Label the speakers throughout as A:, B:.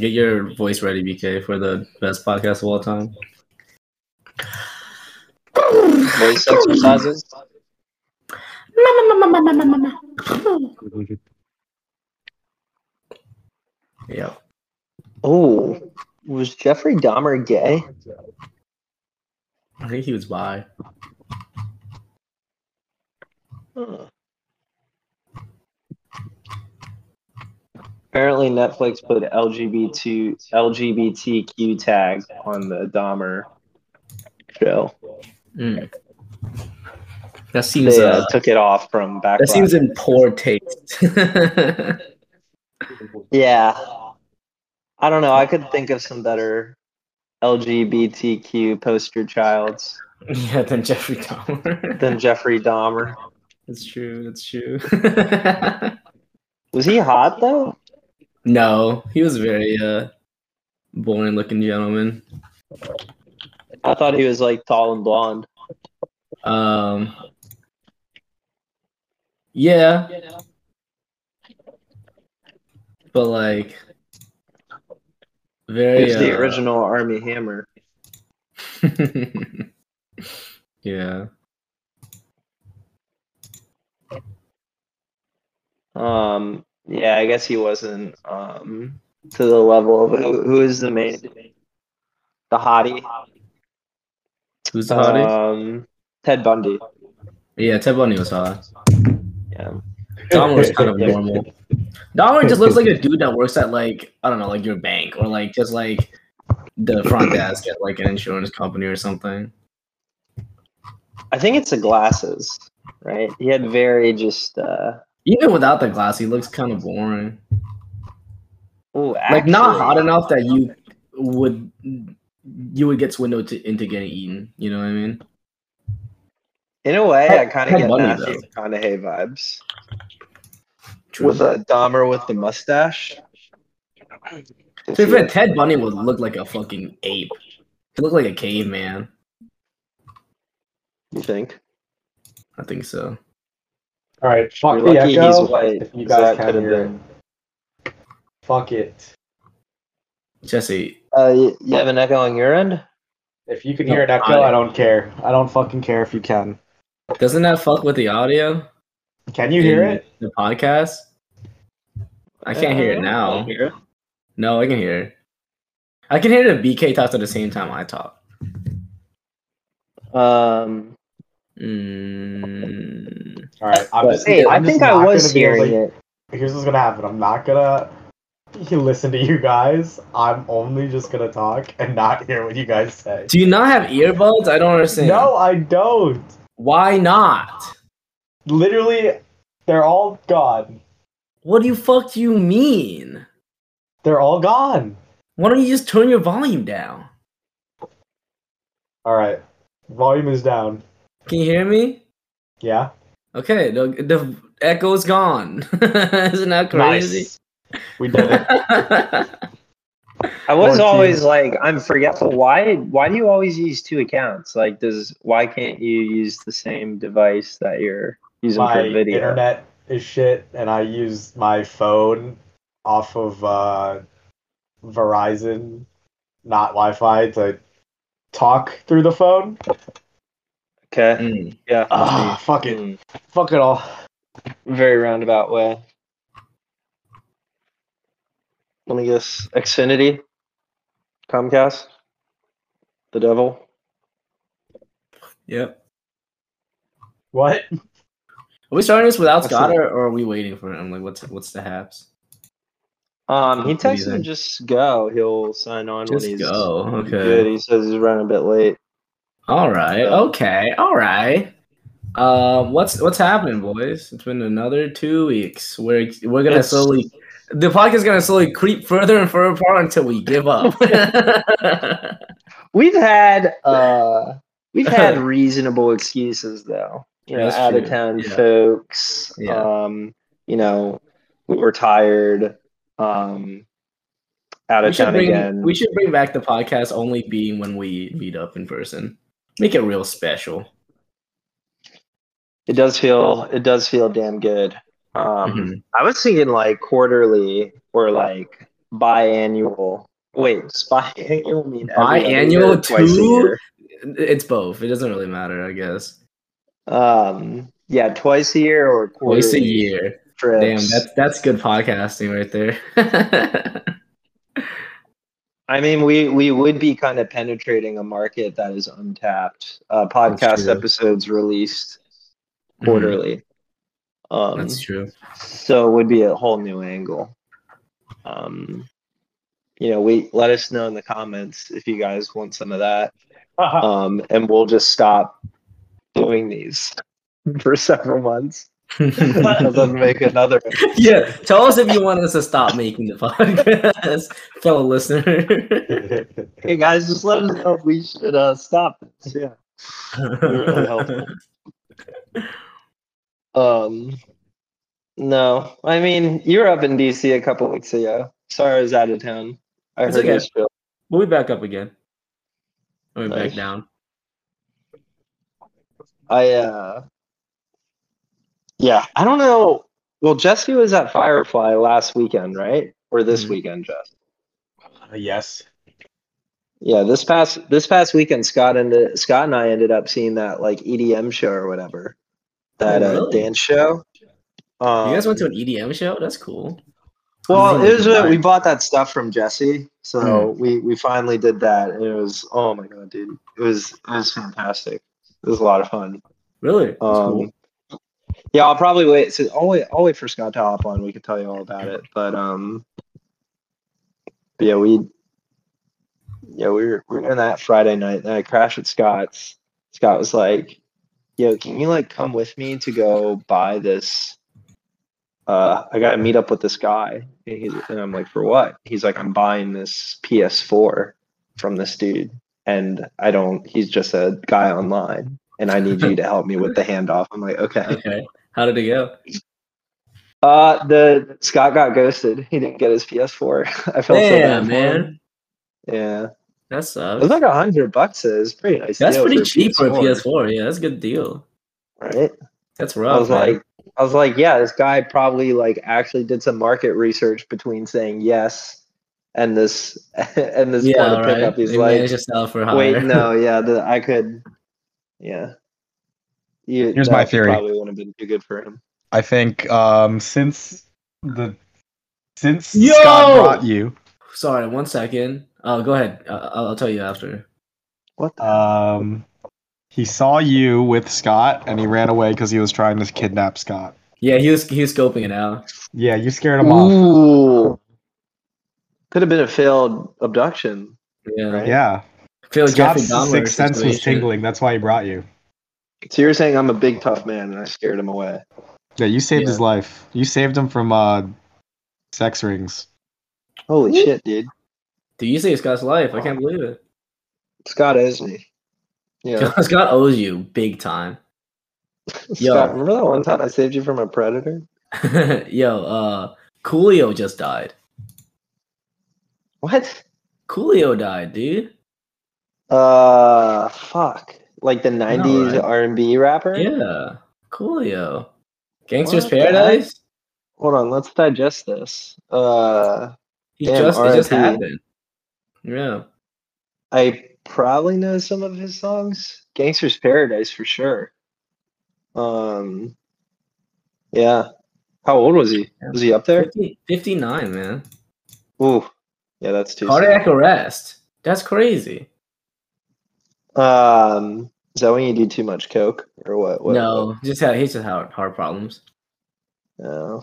A: Get your voice ready, BK, for the best podcast of all time.
B: Voice exercises.
A: Yeah.
B: Oh, was Jeffrey Dahmer gay?
A: I think he was bi.
B: Huh. Apparently, Netflix put LGBT LGBTQ tag on the Dahmer show.
A: Mm. That seems
B: They
A: uh,
B: uh, took it off from back.
A: that seems in poor taste.
B: Yeah. I don't know. I could think of some better LGBTQ poster childs
A: yeah, than Jeffrey Dahmer.
B: than Jeffrey Dahmer.
A: that's true. That's true.
B: Was he hot though?
A: no, he was very uh, boring-looking gentleman.
B: I thought he was like tall and blonde.
A: Um, yeah. But like,
B: He
A: very
B: was the
A: uh,
B: original Army Hammer.
A: yeah.
B: Um, yeah, I guess he wasn't um to the level of who, who is the main the hottie?
A: Who's the hottie?
B: Um, Ted Bundy.
A: yeah, Ted Bundy was uh, hot.
B: Yeah.
A: Dahmer was kind of normal. Dahmer just looks like a dude that works at like I don't know, like your bank or like just like the front desk at like an insurance company or something.
B: I think it's the glasses, right? He had very just uh
A: Even without the glass, he looks kind of boring.
B: ooh,
A: like not
B: actually-
A: hot enough that you would you would get swindled to, into getting eaten. You know what I mean?
B: In a way, I kind
A: Ted
B: of get
A: Bundy,
B: Matthew McConaughey vibes with a Dahmer with the mustache.
A: To be fair, Ted Bundy would look like a fucking ape. He looked like a caveman.
B: You think?
A: I think so.
C: All right, fuck
B: You're
C: the
B: lucky
C: echo.
B: he's white,
C: If you
B: 'cause
C: guys
B: that
C: can
B: could've
C: hear
B: been-
C: him. Fuck it.
A: Jesse,
B: Uh, you, you have an echo on your end.
C: If you can
A: No,
C: hear an echo,
A: I-
C: I don't care. I don't fucking care if you can.
A: doesn't that fuck with the audio?
C: Can you hear
A: in
C: it?
A: The podcast? I can't hear it
C: Uh-huh.
A: now. No, I can hear it. I can hear it if BK talks at the same time I talk.
B: Um,
A: Mm.
C: All right. I'm
B: but-
C: just,
B: hey, i
C: I'm just
B: think I
C: not
B: was
C: gonna be able
B: hearing
C: to-
B: it.
C: Here's what's gonna happen. I'm not gonna listen to you guys. I'm only just gonna talk and not hear what you guys say.
A: Do you not have earbuds? I don't understand.
C: No, I don't.
A: Why not?
C: Literally, they're all gone.
A: What do you fuck do you mean?
C: They're all gone.
A: Why don't you just turn your volume down?
C: All right. Volume is down.
A: Can you hear me?
C: Yeah.
A: Okay, the, the echo's gone. Isn't that crazy?
C: Nice. We did it.
B: I was
C: Fourteen.
B: always like, I'm forgetful. Why? Why do you always use two accounts? Like, does why can't you use the same device that you're using
C: my
B: for video?
C: internet is shit and i use my phone off of uh, verizon not wi-fi to talk through the phone
B: Okay.
A: Mm.
B: Yeah.
C: Ah, fuck it
B: Mm,
C: fuck it all
B: Very roundabout way. Let me guess. Xfinity, Comcast, the devil.
A: Yep.
C: what
A: Are we starting this without
B: That's
A: Scott
B: it.
A: or, or are we waiting for him? Like, what's what's the haps?
B: Um, he
A: What do you
B: texted him
A: think?
B: just go. He'll sign on
A: Just
B: when he's
A: go. Okay.
B: good. He says he's running a bit late.
A: All right. Okay. All right. Uh, what's what's happening, boys? It's been another two weeks. We're we're gonna
B: It's-
A: slowly the podcast is gonna slowly creep further and further apart until we give up.
B: We've had uh, we've had reasonable excuses though. You know,
A: That's
B: out of
A: true.
B: town
A: Yeah.
B: folks.
A: Yeah.
B: Um, you know, we were tired. Um, out
A: we,
B: of
A: should
B: town
A: bring,
B: again.
A: we should bring back the podcast only being when we meet up in person. Make it real special.
B: It does feel it does feel damn good. Um,
A: Mm-hmm.
B: I was thinking like quarterly or like biannual. Wait, does biannual mean every other
A: Biannual
B: year or twice a
A: too?
B: year?
A: It's both. It doesn't really matter, I guess.
B: Um, yeah, twice a year or quarterly
A: Twice a year. Damn,
B: trips.
A: that's that's good podcasting right there.
B: I mean, we we would be kind of penetrating a market that is untapped. Uh, podcast
A: true. Mm-hmm.
B: episodes released quarterly. Um,
A: That's true.
B: so it would be a whole new angle. Um, you know, we let us know in the comments if you guys want some of that, um, and we'll just stop doing these for several months and then make another.
A: yeah, tell us if you want us to stop making the podcast, fellow listener.
B: Hey guys, just let us know if we should uh, stop this. Yeah. really helpful. Um, no, I mean you were up in DC a couple weeks ago. Sorry, I was out of town. I
A: It's
B: heard
A: okay.
B: you spill.
A: we'll be back up again. We'll be
B: Nice.
A: back down.
B: I uh, yeah, I don't know. Well, Jesse was at Firefly last weekend, right? Or this
A: Mhm.
B: weekend, Jess?
C: yes.
B: Yeah, this past this past weekend, Scott and Scott and I ended up seeing that like EDM show or whatever, that
A: Oh,
B: uh,
A: really?
B: dance show. Um,
A: you guys went to an EDM show? That's cool.
B: Well,
A: Really Hmm.
B: it was uh,
A: nice.
B: we bought that stuff from Jesse, so we we finally did that, and it was oh my god, dude, it was it was fantastic. It was a lot of fun.
A: Really? That's
B: Um,
A: cool.
B: Yeah, I'll probably wait. So I'll wait. I'll wait for Scott to hop on. We can tell you all about it, but um, but yeah, we yeah we were we were doing that Friday night, and I crashed at Scott's. Scott was like, "Yo, can you like come with me to go buy this?" Uh, I got to meet up with this guy, and, he's, and I'm like, "For what?" He's like, "I'm buying this PS4 from this dude, and I don't. He's just a guy online, and I need you to help me with the handoff." I'm like, "Okay."
A: Okay. How did it go?
B: Uh, the Scott got ghosted. He didn't get his PS4. I felt so
A: Yeah,
B: bad for him.
A: man.
B: Yeah,
A: That
B: it
A: sucks.
B: was like a hundred bucks. It's pretty nice.
A: That's
B: deal
A: pretty
B: a
A: cheap for a PS4. Yeah, that's a good deal.
B: Right?
A: That's
B: I
A: rough.
B: was
A: Oh, man.
B: like, I was like, yeah, this guy probably like actually did some market research between saying yes and this and this
A: yeah,
B: point
A: all
B: of
A: right.
B: pickup. He's
A: They
B: like,
A: managed to sell for higher.
B: wait, no, yeah, the, I could, yeah. You,
D: Here's my
B: that
D: theory.
B: Probably wouldn't have been too good for him.
D: I think um, since the since
A: Yo!
D: Scott brought you,
A: Sorry, one second. Oh, go ahead. Uh, I'll, I'll tell you after.
B: What? The,
D: um, he saw you with Scott and he ran away because he was trying to kidnap Scott.
A: Yeah, he was he was scoping it out.
D: Yeah, you scared him off.
B: Ooh, could have been a failed abduction.
A: Yeah,
B: Right.
D: Yeah,
A: Feel Jeffrey
D: Scott's
A: Dahmer
D: sixth sense was
A: situation.
D: tingling. That's why he brought you.
B: So you're saying I'm a big tough man and I scared him away.
D: Yeah, you saved
A: Yeah.
D: his life. You saved him from uh, sex rings.
B: Holy shit, dude.
A: Dude, you saved Scott's life. I can't believe it.
B: Scott owes me. Yeah.
A: Scott owes you big time. Yo.
B: Scott, remember that one time I saved you from a predator?
A: Yo, uh, Coolio just died.
B: What?
A: Coolio died, dude.
B: Uh fuck. Like the nineties
A: right.
B: R and B rapper?
A: Yeah, Coolio. Gangster's
B: What the heck?
A: Paradise.
B: Hold on, let's digest this. Uh
A: He
B: Damn,
A: just it just
B: RIP.
A: happened. Yeah.
B: I probably know some of his songs. Gangster's Paradise for sure. Um Yeah. How old was he? Was he up there?
A: 50, 59, man.
B: Ooh. Yeah, that's too soon.
A: Cardiac arrest. That's crazy.
B: Um, is that when you do too much coke or what? what
A: no, just had he just had heart problems.
B: what- no.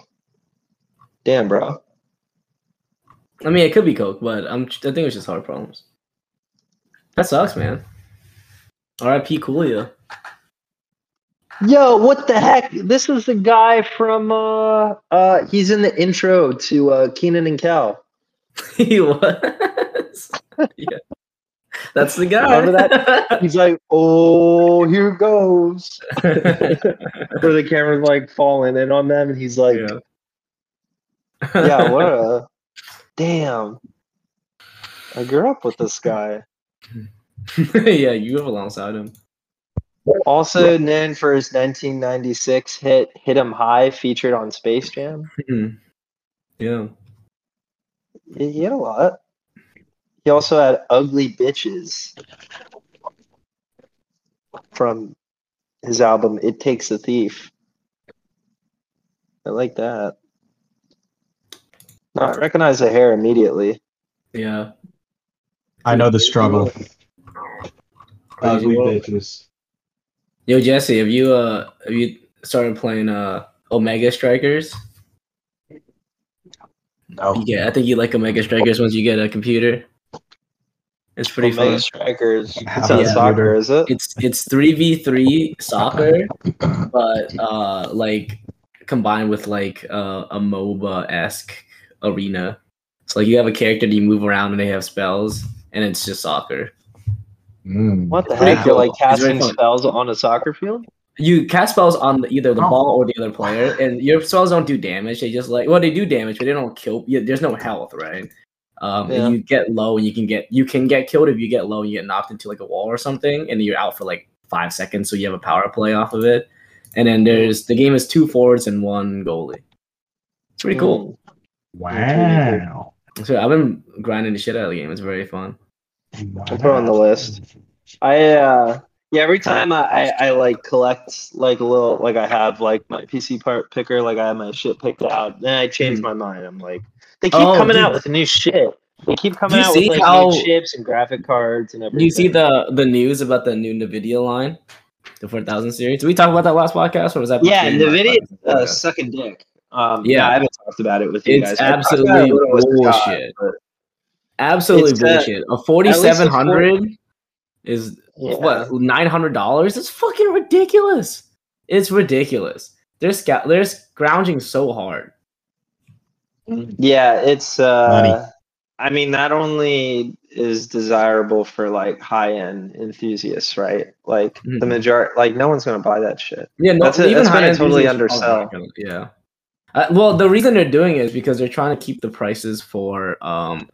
B: Damn, bro.
A: I mean, it could be coke, but I'm I think it's just heart problems. That sucks, man. R.I.P. Coolio.
B: Yo, what the heck? This is the guy from uh uh he's in the intro to uh Keenan and Kel.
A: he was. yeah. That's the guy.
B: Remember He's like, Oh, here goes.
A: that?
B: Where the camera's like falling in on them and he's like,
A: yeah.
B: Yeah, what a damn. I grew up with this guy.
A: yeah, you live alongside him.
B: Also known for his 1996 hit "Hit 'Em High," featured on Space Jam.
A: Yeah.
B: He he had a lot. He also had "Ugly Bitches" from his album "It Takes a Thief." I like that. No, I recognize the hair immediately.
A: Yeah.
D: I know the struggle.
A: Ugly
C: bitches.
A: Yo, Jesse, have you uh have you started playing uh Omega Strikers?
D: No.
A: Yeah, I think you like Omega Strikers once you get a computer. It's pretty
B: Omega
A: fun.
B: Strikers. It's
D: Yeah.
B: on soccer, is it?
A: It's it's three v three soccer, but uh like combined with like uh, a MOBA esque arena. So like you have a character that you move around and they have spells, and it's just soccer.
D: Mm.
B: What the
A: pretty
B: heck? You're like
A: cool. It's very
B: casting
A: fun.
B: spells on a soccer field?
A: You cast spells on the, either the
D: Oh.
A: ball or the other player, and your spells don't do damage. They just like well, they do damage, but they don't kill. Yeah, there's no health, right? Um,
B: Yeah.
A: and you get low, and you can get you can get killed if you get low and you get knocked into like a wall or something, and you're out for like five seconds. So you have a power play off of it, and then there's the game is two forwards and one goalie. It's pretty
B: Mm.
A: cool.
D: Wow.
A: So I've been grinding the shit out of the game. It's very fun.
B: I'll put it on the list. I uh yeah, every time I, I, I like collect like a little like I have like my PC part picker, like I have my shit picked out, then I change
A: Mhm.
B: my mind. I'm like they keep
A: Oh,
B: coming
A: dude.
B: out with new shit. They keep coming
A: you
B: out
A: see
B: with like
A: how-
B: new chips and graphic cards and everything.
A: Do you see the the news about the new Nvidia line, the four thousand series? Did we talk about that last podcast, or was that?
B: Yeah,
A: before
B: Nvidia
A: the
B: uh,
A: podcast?
B: sucking dick. Um,
A: Yeah.
B: yeah. I haven't talked about it with you guys.
A: It's
B: I talked about
A: absolutely
B: it when it was Scott,
A: bullshit.
B: but-
A: Absolutely
B: It's, uh,
A: bullshit. a forty seven hundred is
B: yeah.
A: what nine hundred dollars. It's fucking ridiculous. It's ridiculous. They're sca- they're scrounging so hard.
B: Yeah, it's uh
D: Money.
B: I mean not only is desirable for like high end enthusiasts, right? Like the
A: Mhm.
B: majority like no one's gonna buy that shit.
A: Yeah, no,
B: That's a-
A: even
B: that's gonna
A: high-end
B: totally
A: users-
B: undersell.
A: oh my God, yeah. Uh, well, the reason they're doing it is because they're trying to keep the prices for um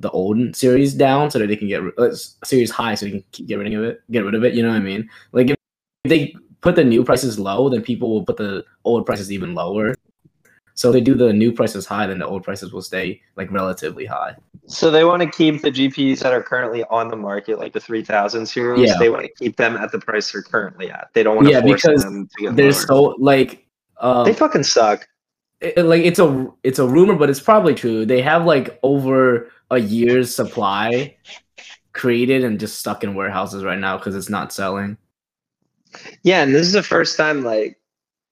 A: the old series down so that they can get ri- uh, s- series high so they can keep get rid of it. Get rid of it. You know what I mean? Like if they put the new prices low, then people will put the old prices even lower. So if they do the new prices high, then the old prices will stay like relatively high.
B: So they want to keep the GPUs that are currently on the market, like the three thousand series.
A: Yeah.
B: They want to keep them at the price they're currently at. They don't want to
A: Yeah,
B: force
A: because
B: them to get
A: They're
B: lower.
A: so like um,
B: they fucking suck.
A: it, it- like it's a it's a rumor, but it's probably true. They have like over a year's supply created and just stuck in warehouses right now because it's not selling.
B: Yeah, and this is the first time like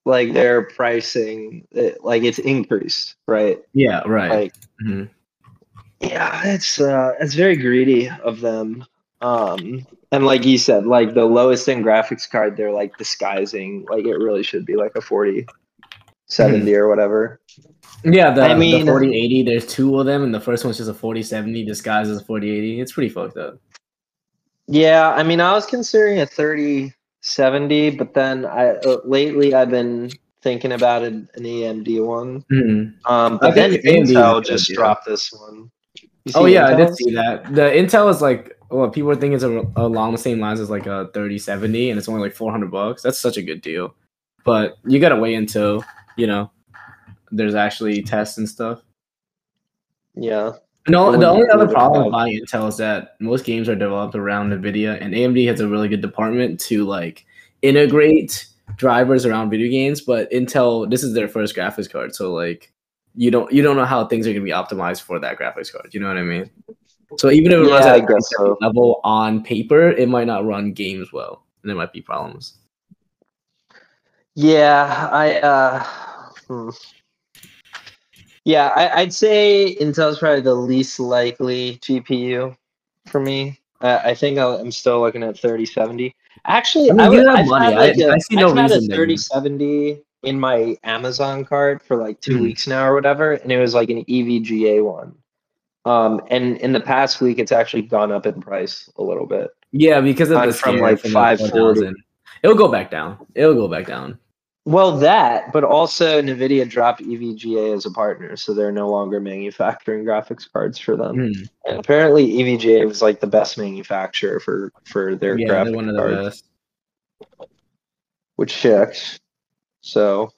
B: like their pricing it, like it's increased, right?
A: Yeah, right.
B: Like
A: Mhm.
B: Yeah, it's uh, it's very greedy of them. Um, and like you said, like the lowest end graphics card, they're like disguising like it really should be like a 40,
A: Hmm.
B: 70 or whatever.
A: Yeah, the,
B: I mean-
A: the forty eighty. There's two of them, and the first one's just a forty seventy disguised as a forty eighty. It's pretty fucked up.
B: Yeah, I mean, I was considering a 30, 70, but then I uh, lately I've been thinking about an, an AMD one.
A: Mhm.
B: Um,
A: I
B: but then
A: think AMD is a
B: Intel
A: good
B: just
A: idea.
B: dropped this one. You
A: Oh
B: see
A: yeah, I did
B: Intel's?
A: see that. The Intel is like well, people are thinking it's a, along the same lines as like a thirty seventy, and it's only like four hundred bucks. That's such a good deal, but you gotta wait until you know there's actually tests and stuff.
B: Yeah.
A: No,
B: Or
A: the
B: when
A: only
B: you
A: other
B: do it
A: problem
B: live.
A: with buying Intel is that most games are developed around NVIDIA, and AMD has a really good department to like integrate drivers around video games. But Intel, this is their first graphics card, so like you don't you don't know how things are gonna be optimized for that graphics card. You know what I mean? So even if it runs
B: Yeah,
A: at
B: I
A: a
B: guess so.
A: level on paper, it might not run games well, and there might be problems.
B: Yeah, I uh hmm. Yeah, I, I'd say Intel's probably the least likely GPU for me. Uh, I think I'll, I'm still looking at 3070. Actually,
A: I mean,
B: I
A: you
B: would,
A: have
B: I've
A: money.
B: had like
A: I-
B: a-
A: I see no
B: I've had a
A: reason that you-
B: 3070 in my Amazon card for like 2
A: Mhm.
B: weeks now or whatever, and it was like an E EVGA one. Um, and in the past week, it's actually gone up in price a little bit.
A: Yeah, because of
B: Gone
A: the
B: from,
A: scare
B: like,
A: from
B: 540.
A: 4,000. It'll go back down. It'll go back down.
B: Well, that, but also NVIDIA dropped EVGA as a partner, so they're no longer manufacturing graphics cards for them.
A: Mhm.
B: And E apparently, EVGA was like the best manufacturer for for their
A: Yeah, they're
B: graphics
A: one of the
B: cards.
A: best.
B: which checks. So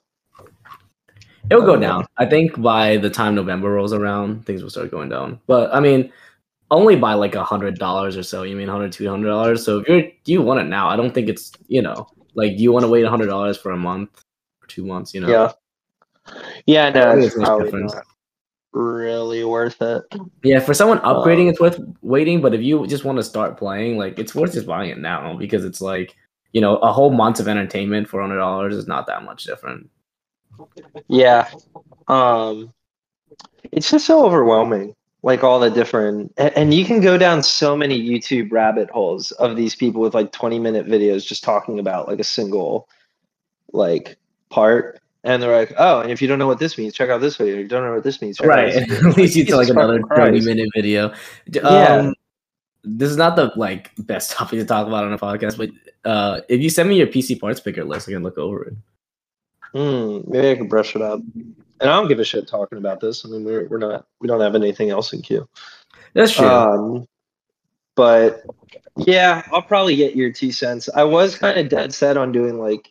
A: It'll
B: Oh,
A: go down. I think by the time November rolls around, things will start going down. But I mean, only by like a hundred dollars or so. You mean hundred, two hundred dollars? So if you're you want it now, I don't think it's you know like do you want to wait a hundred dollars for a month or two months? You know,
B: yeah, yeah, no,
A: think
B: it's
A: it's much
B: probably
A: difference.
B: not really worth it.
A: Yeah, For someone
B: Uh,
A: upgrading, it's worth waiting. But if you just want to start playing, like it's worth just buying it now because it's like you know a whole month of entertainment for hundred dollars is not that much different.
B: Yeah. Um it's just so overwhelming. Like all the different and, and you can go down so many YouTube rabbit holes of these people with like 20 minute videos just talking about like a single like part and they're like, "Oh, and if you don't know what this means, check out this video. If you don't know what this means, check out
A: right
B: this video."
A: at least you to like
B: Jesus
A: another
B: fucking
A: 30
B: Christ.
A: minute video D-
B: Yeah.
A: um, this is not the like best topic to talk about on a podcast but uh if you send me your pc parts picker list i can look over it
B: Hmm, maybe I can brush it up. And I don't give a shit talking about this. I mean, we're we're not we don't have anything else in queue.
A: that's true
B: Um, but yeah, I'll probably get your two cents. I was kind of dead set on doing like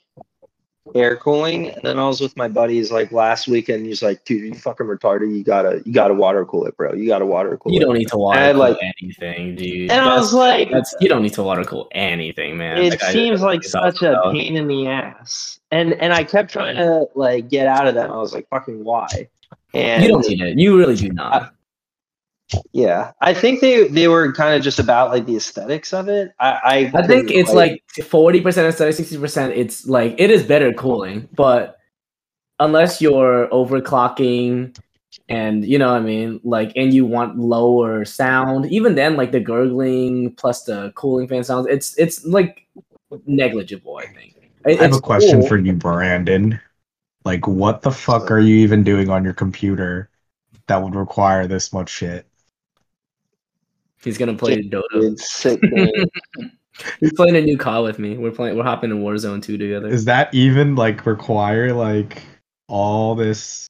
B: air cooling, and then I was with my buddies like last weekend. He's like, "Dude, you fucking retarded! You gotta, you gotta water cool it, bro. You gotta water cool
A: you
B: it."
A: don't need to water
B: I had,
A: cool
B: like-
A: anything dude
B: And I
A: That's-
B: was like,
A: that's you don't need to water cool anything man
B: it
A: Like, I-
B: seems like
A: it's all
B: such a
A: about-
B: pain in the ass, and and I kept trying to like get out of that. I was like, "Fucking why?" And
A: you don't need it you really do not
B: yeah, I think they they were kind of just about like the aesthetics of it. I I,
A: I think
B: couldn't,
A: it's like forty percent instead of sixty percent. It's like it is better cooling, but unless you're overclocking, and you know what I mean, like, and you want lower sound, even then, like the gurgling plus the cooling fan sounds, it's it's like negligible. I think. It-
D: I have
A: it's
D: a question
A: cool.
D: for you, Brandon. Like, what the fuck are you even doing on your computer that would require this much shit?
A: He's gonna play Dota.
B: it's sick. man.
A: He's playing a new car with me. We're playing. We're hopping in Warzone two together.
D: Is that even like require like all this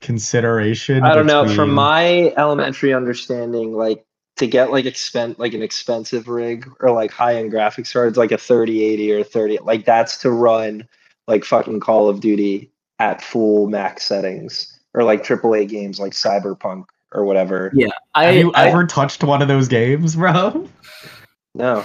D: consideration?
B: I don't know. From
D: between-
B: my elementary understanding, like to get like expen like an expensive rig or like high end graphics cards, like a thirty eighty or thirty, like that's to run like fucking Call of Duty at full max settings or like AAA games like Cyberpunk or whatever.
A: Yeah. I,
D: have you
A: I-
D: ever touched one of those games, bro?
B: No,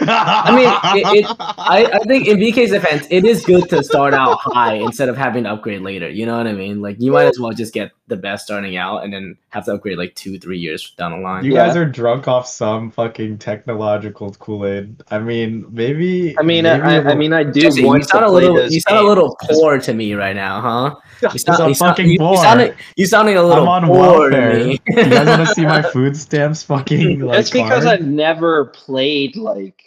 D: I
A: mean, it- I, I think in BK's defense, it is good to start out high instead of having to upgrade later. You know what I mean? Like you might as well just get the best starting out and then have to upgrade like two, three years down the line.
D: you
B: yeah.
D: guys are drunk off some fucking technological Kool Aid. I mean, maybe.
B: I mean,
D: maybe
B: I, I
D: it'll-
B: mean, I do
A: Jesse, you
B: want
A: sound
B: to
A: a
B: play
A: little
B: those
A: you sound a
B: games.
A: little poor to me right now, huh? You
D: I'm
A: you
D: fucking
A: you, you
D: poor.
A: sounding- you sounding a little
D: on
A: poor to
D: welfare.
A: me.
D: you guys want to see my food stamps fucking like
B: That's because
D: card?
B: I've never played like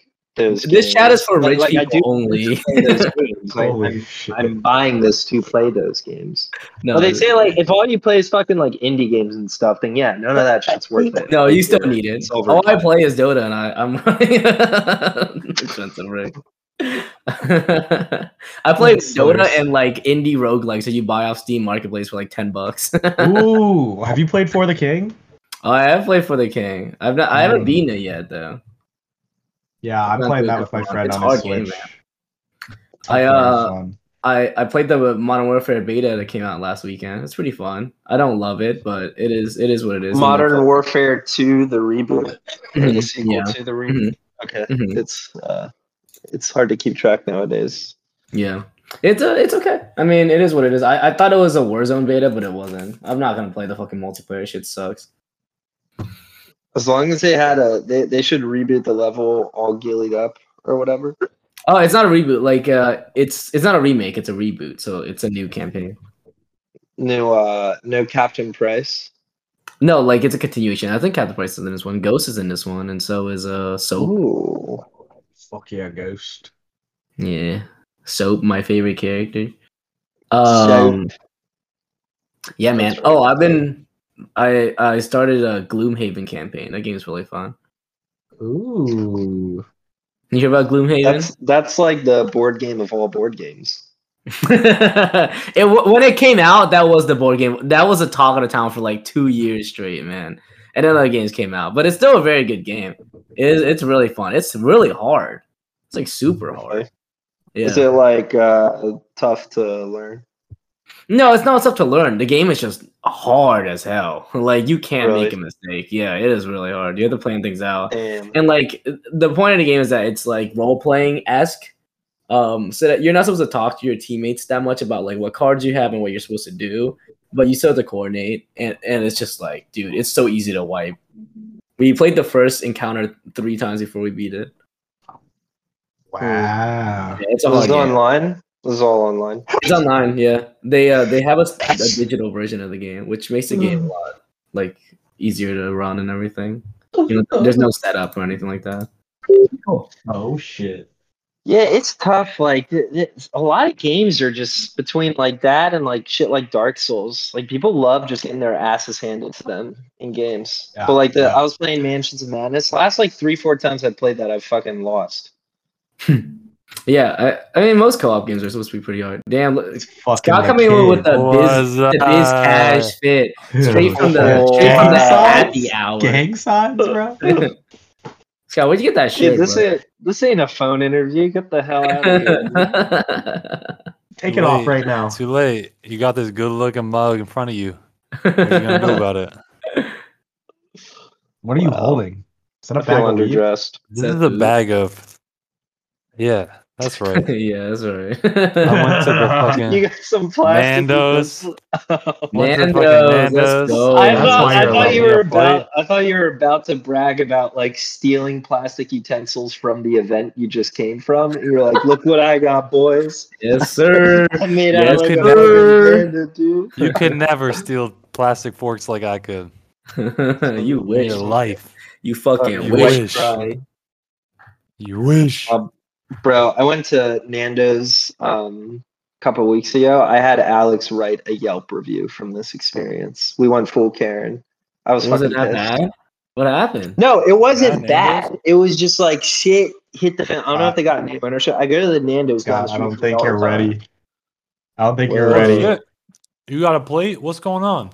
B: those.
A: this chat is for
B: games.
A: rich
B: Like- like, I
A: people
B: do
A: only.
B: play those games. Like,
D: holy
B: I'm-
D: shit
B: I'm buying this to play those games.
A: No,
B: Well, they say like if all you play is fucking like indie games and stuff, then yeah, none of that shit's worth it.
A: no, you still need it.
B: It's over.
A: All I play is Dota, and I, I'm expensive Rick. I play
D: That's so
A: Dota
D: nice.
A: and like indie roguelike, so you buy off Steam Marketplace for like ten bucks.
D: Ooh, have you played For the King?
A: oh, I have played for the king. I've not, I haven't
D: Mm.
A: beaten it yet though.
D: Yeah, I'm
A: Not
D: playing
A: good
D: that
A: at
D: with my
A: Pokemon.
D: friend
A: It's
D: on his
A: hard game,
D: Switch.
A: man.
D: It's not
A: I,
D: very
A: uh,
D: fun.
A: I I played the Modern Warfare beta that came out last weekend. It's pretty fun. I don't love it, but it is it is what it is.
B: Modern Warfare Two, the reboot, or the sequel
A: Mm-hmm. yeah,
B: to the reboot. Okay,
A: Mhm.
B: it's uh, it's hard to keep track nowadays.
A: yeah. It's uh, it's okay. I mean, it is what it is. I, I thought it was a Warzone beta, but it wasn't. I'm not gonna play the fucking multiplayer. Shit sucks.
B: As long as they had a, they, they should reboot the level all gillied up or whatever.
A: Oh, it's not a reboot. Like uh it's it's not a remake, it's a reboot. So it's a new campaign.
B: No, uh, no Captain Price.
A: No, like it's a continuation. I think Captain Price is in this one. Ghost is in this one, and so is uh Soap.
B: Ooh,
D: Fuck yeah, Ghost.
A: Yeah. Soap, my favorite character. Um Yeah, man.
B: That's right.
A: Oh, I've been I I started a Gloomhaven campaign. That game's really fun.
D: Ooh.
A: You hear about Gloomhaven?
B: that's that's like the board game of all board games.
A: it w- when it came out, that was the board game. That was a talk of the town for like two years straight, man. And then other games came out, but it's still a very good game. It, is- it's really fun. It's really hard. It's like super hard. Yeah.
B: Is it like uh, tough to learn?
A: No, it's not stuff to learn. The game is just hard as hell. Like you can't make
B: Really?
A: a mistake. Yeah, it is really hard. You have to plan things out.
B: Damn.
A: And like the point of the game is that it's like role playing esque. Um, so that you're not supposed to talk to your teammates that much about like what cards you have and what you're supposed to do, but you still have to coordinate. And and it's just like, dude, it's so easy to wipe. We played the first encounter three times before we beat it.
D: Wow.
A: Yeah, it's a
B: This
A: hard
B: is
A: game.
B: online. This is all online.
A: It's online, yeah. They uh they have a, a digital version of the game, which makes the game a lot like easier to run and everything. You know, there's no setup or anything like that.
D: Oh shit.
B: Yeah, it's tough. Like th- th- a lot of games are just between like that and like shit like Dark Souls. Like people love just getting their asses handed to them in games.
D: Yeah,
B: but like the
D: yeah.
B: I was playing Mansions of Madness last like three four times I played that I fucking lost.
A: Hmm. Yeah, I, I mean most co-op games are supposed to be pretty hard. Damn, look,
D: It's fucking.
A: Scott coming in with the biz,
E: Was
A: the biz
E: Uh,
A: cash fit
D: the
A: straight from the
B: Oh,
A: straight from the
B: yeah.
A: happy hour.
D: gang signs, bro.
A: Scott, where'd you get that shit?
B: Dude, this ain't this ain't a phone interview. Get the hell out of here.
D: Take it off right now.
E: Too late. You got this good looking mug in front of you. What are you gonna do about it?
D: What are you
B: Wow.
D: holding? Is that a
B: I feel
D: bag of weed?
B: underdressed.
E: This is
A: That
E: a
A: is-
E: bag of. Yeah, that's right.
A: yeah, that's right.
E: I went to the fucking.
B: You got some plastic. Oh.
E: Nando's. Went to the fucking
A: Nando's, let's
E: Nando's.
A: go.
B: I
D: that's
B: thought,
D: why
B: I
D: you're
B: thought you
D: allowed
B: were
D: to be a
B: about I thought you were about to brag about like stealing plastic utensils from the event you just came from. You were like, "Look what I got, boys!
A: Yes, sir.
B: I made
A: Yes,
B: out like a
E: good
A: sir.
B: fucking bandit, dude."
E: You could never steal plastic forks like I could.
A: you
E: In
A: wish.
E: your life.
A: You fucking
E: You
A: wish.
E: wish.
A: bro.
E: You wish.
B: Um, Bro, I went to Nando's um, a couple weeks ago. I had Alex write a Yelp review from this experience. We went full Karen. I was,
A: Was it
B: fucking
A: that
B: pissed.
A: bad? What happened?
B: No, it wasn't
E: Yeah,
B: bad. It was just like shit hit the fan. I don't know if they got new ownership. I go to the Nando's. down
D: God,
B: the
D: I
B: street
D: don't
B: from
D: think
B: me all
D: you're
B: the time.
D: ready. I don't think you're
B: Whoa.
D: ready.
E: Shit. You got a plate? What's going on?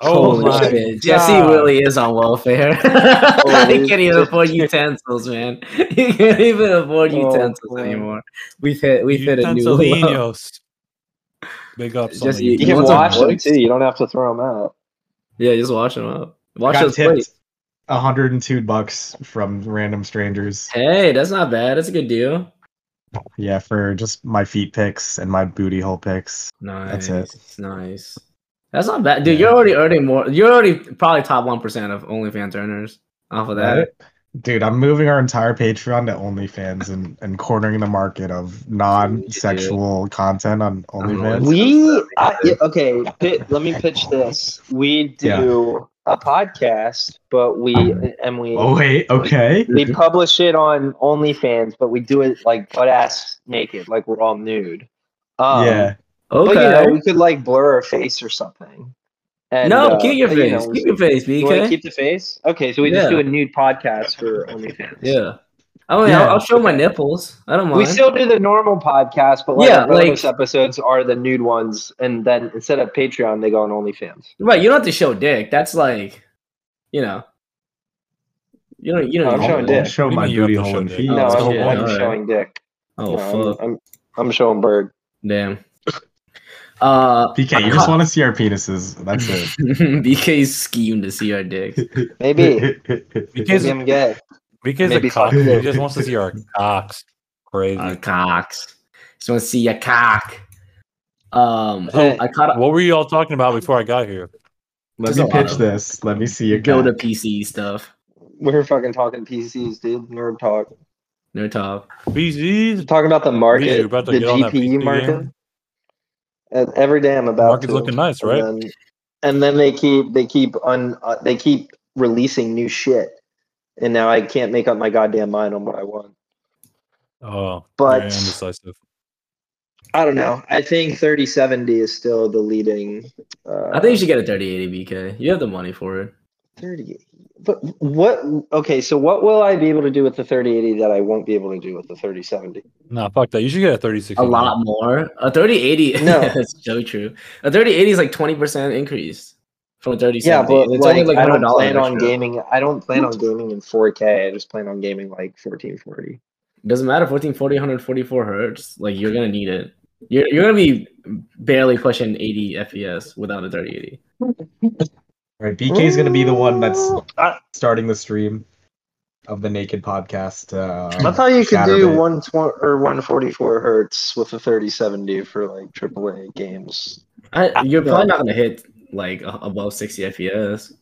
A: Holy
E: Oh my
A: shit. Jesse
E: God.
A: really is on welfare. he
B: Holy
A: can't even afford utensils, man. He can't even afford
B: Oh,
A: utensils
B: boy.
A: anymore. We've hit we've hit a new low.
E: Utensilinos. Big ups on
A: Just
E: the
A: eat-
B: You
A: You
B: can
A: want
E: utensils.
A: some
B: wash them
A: voice?
B: too. You don't have to throw them out.
A: Yeah, just watch him up.
D: I
A: Watch
D: got
A: his plate.
D: tipped 102 bucks from random strangers.
A: Hey, that's not bad. That's a good deal.
D: Yeah, for just my feet picks and my booty hole picks.
A: Nice.
D: it.
A: Nice. That's not bad. Dude, you're
D: Yeah.
A: already earning more. You're already probably top one percent of OnlyFans earners off of that.
D: Dude, I'm moving our entire Patreon to OnlyFans and, and cornering the market of non-sexual content on OnlyFans.
B: We I, yeah, okay. pi- let me pitch this. We do a podcast, but we and we
D: Oh wait, okay.
B: we publish it on OnlyFans, but we do it like butt ass naked, like we're all nude. Um,
D: yeah,
A: Okay.
B: But you know, we could like blur our face or something. And,
A: no,
B: uh,
A: keep your
B: you
A: face.
B: know,
A: keep your face,
B: You want to
A: BK.
B: keep the face? Okay, so we just
A: Yeah.
B: do a nude podcast for OnlyFans.
A: yeah. I mean,
D: Yeah.
A: I'll, I'll show my nipples. I don't mind.
B: We still do the normal podcast, but like
A: Yeah,
B: our bonus
A: like-
B: episodes are the nude ones, and then instead of Patreon, they go on OnlyFans.
A: right. You don't have to show dick. That's like, you know. You don't. You
B: No,
A: don't.
B: Oh, I'm showing
A: need that.
B: dick.
D: I'll show
E: What do you
D: my
E: mean you have
D: booty
E: to
D: hole
E: show
D: and
E: dick?
D: feet.
B: no,
D: Let's
B: I'm,
A: Oh,
D: go
A: yeah,
B: I'm
A: all right.
B: showing dick.
A: Oh
B: No,
A: fuck!
B: I'm, I'm I'm showing bird.
A: Damn. Uh,
D: PK, you just want to see our penises. That's
A: BK's scheme to see our dicks.
D: it.
B: Maybe
E: Because-
B: maybe I'm gay.
E: Because
B: Maybe
E: the cock,
D: fuck
E: he
D: it.
E: just wants to see our cocks. Crazy.
A: Uh, cocks. Just want to see your cock. Um, oh, I caught up.
E: what were you all talking about before I got here?
D: Let
A: There's
D: me
A: a lot
D: pitch
A: of
D: this. Let me see your
A: Go to
D: cock.
A: PC stuff.
B: We're fucking talking PCs, dude. Nerd talk.
A: No top.
E: BZ's.
B: Talking about the market,
E: you're about to
B: the
E: get on that PC
B: GPU market.
E: game?
B: And every day I'm about
E: Market's
B: to.
E: looking nice,
B: and
E: right?
B: then- and then they keep they keep un uh, they keep releasing new shit, and now I can't make up my goddamn mind on what I want.
E: Oh,
B: But-
E: very indecisive.
B: I don't know. I think 3070 is still the leading. Uh,
A: I think you should get a 3080 BK. You have the money for it.
B: 30. But what? Okay, so what will I be able to do with the 3080 that I won't be able to do with the 3070?
E: Nah, fuck that. You should get a 36.
A: a lot more. A 3080
B: No.
A: that's so true. A 3080 is like 20% increase from a 3070.
B: Yeah, but
A: And it's
B: like,
A: only like
B: I don't
A: $100
B: plan on
A: extra.
B: gaming. I don't plan on gaming in 4K. I just plan on gaming like 1440.
A: doesn't matter 1440 144 hertz like you're gonna need it you're, you're gonna be barely pushing 80 fps without a 3080
D: All right, BK is gonna be the one that's
B: I-
D: starting the stream of the Naked Podcast. Uh,
B: I thought you could do
D: Saturday.
B: one twenty or one forty four hertz with a thirty seventy for like AAA games.
A: I, you're probably not gonna hit like a- above 60 fps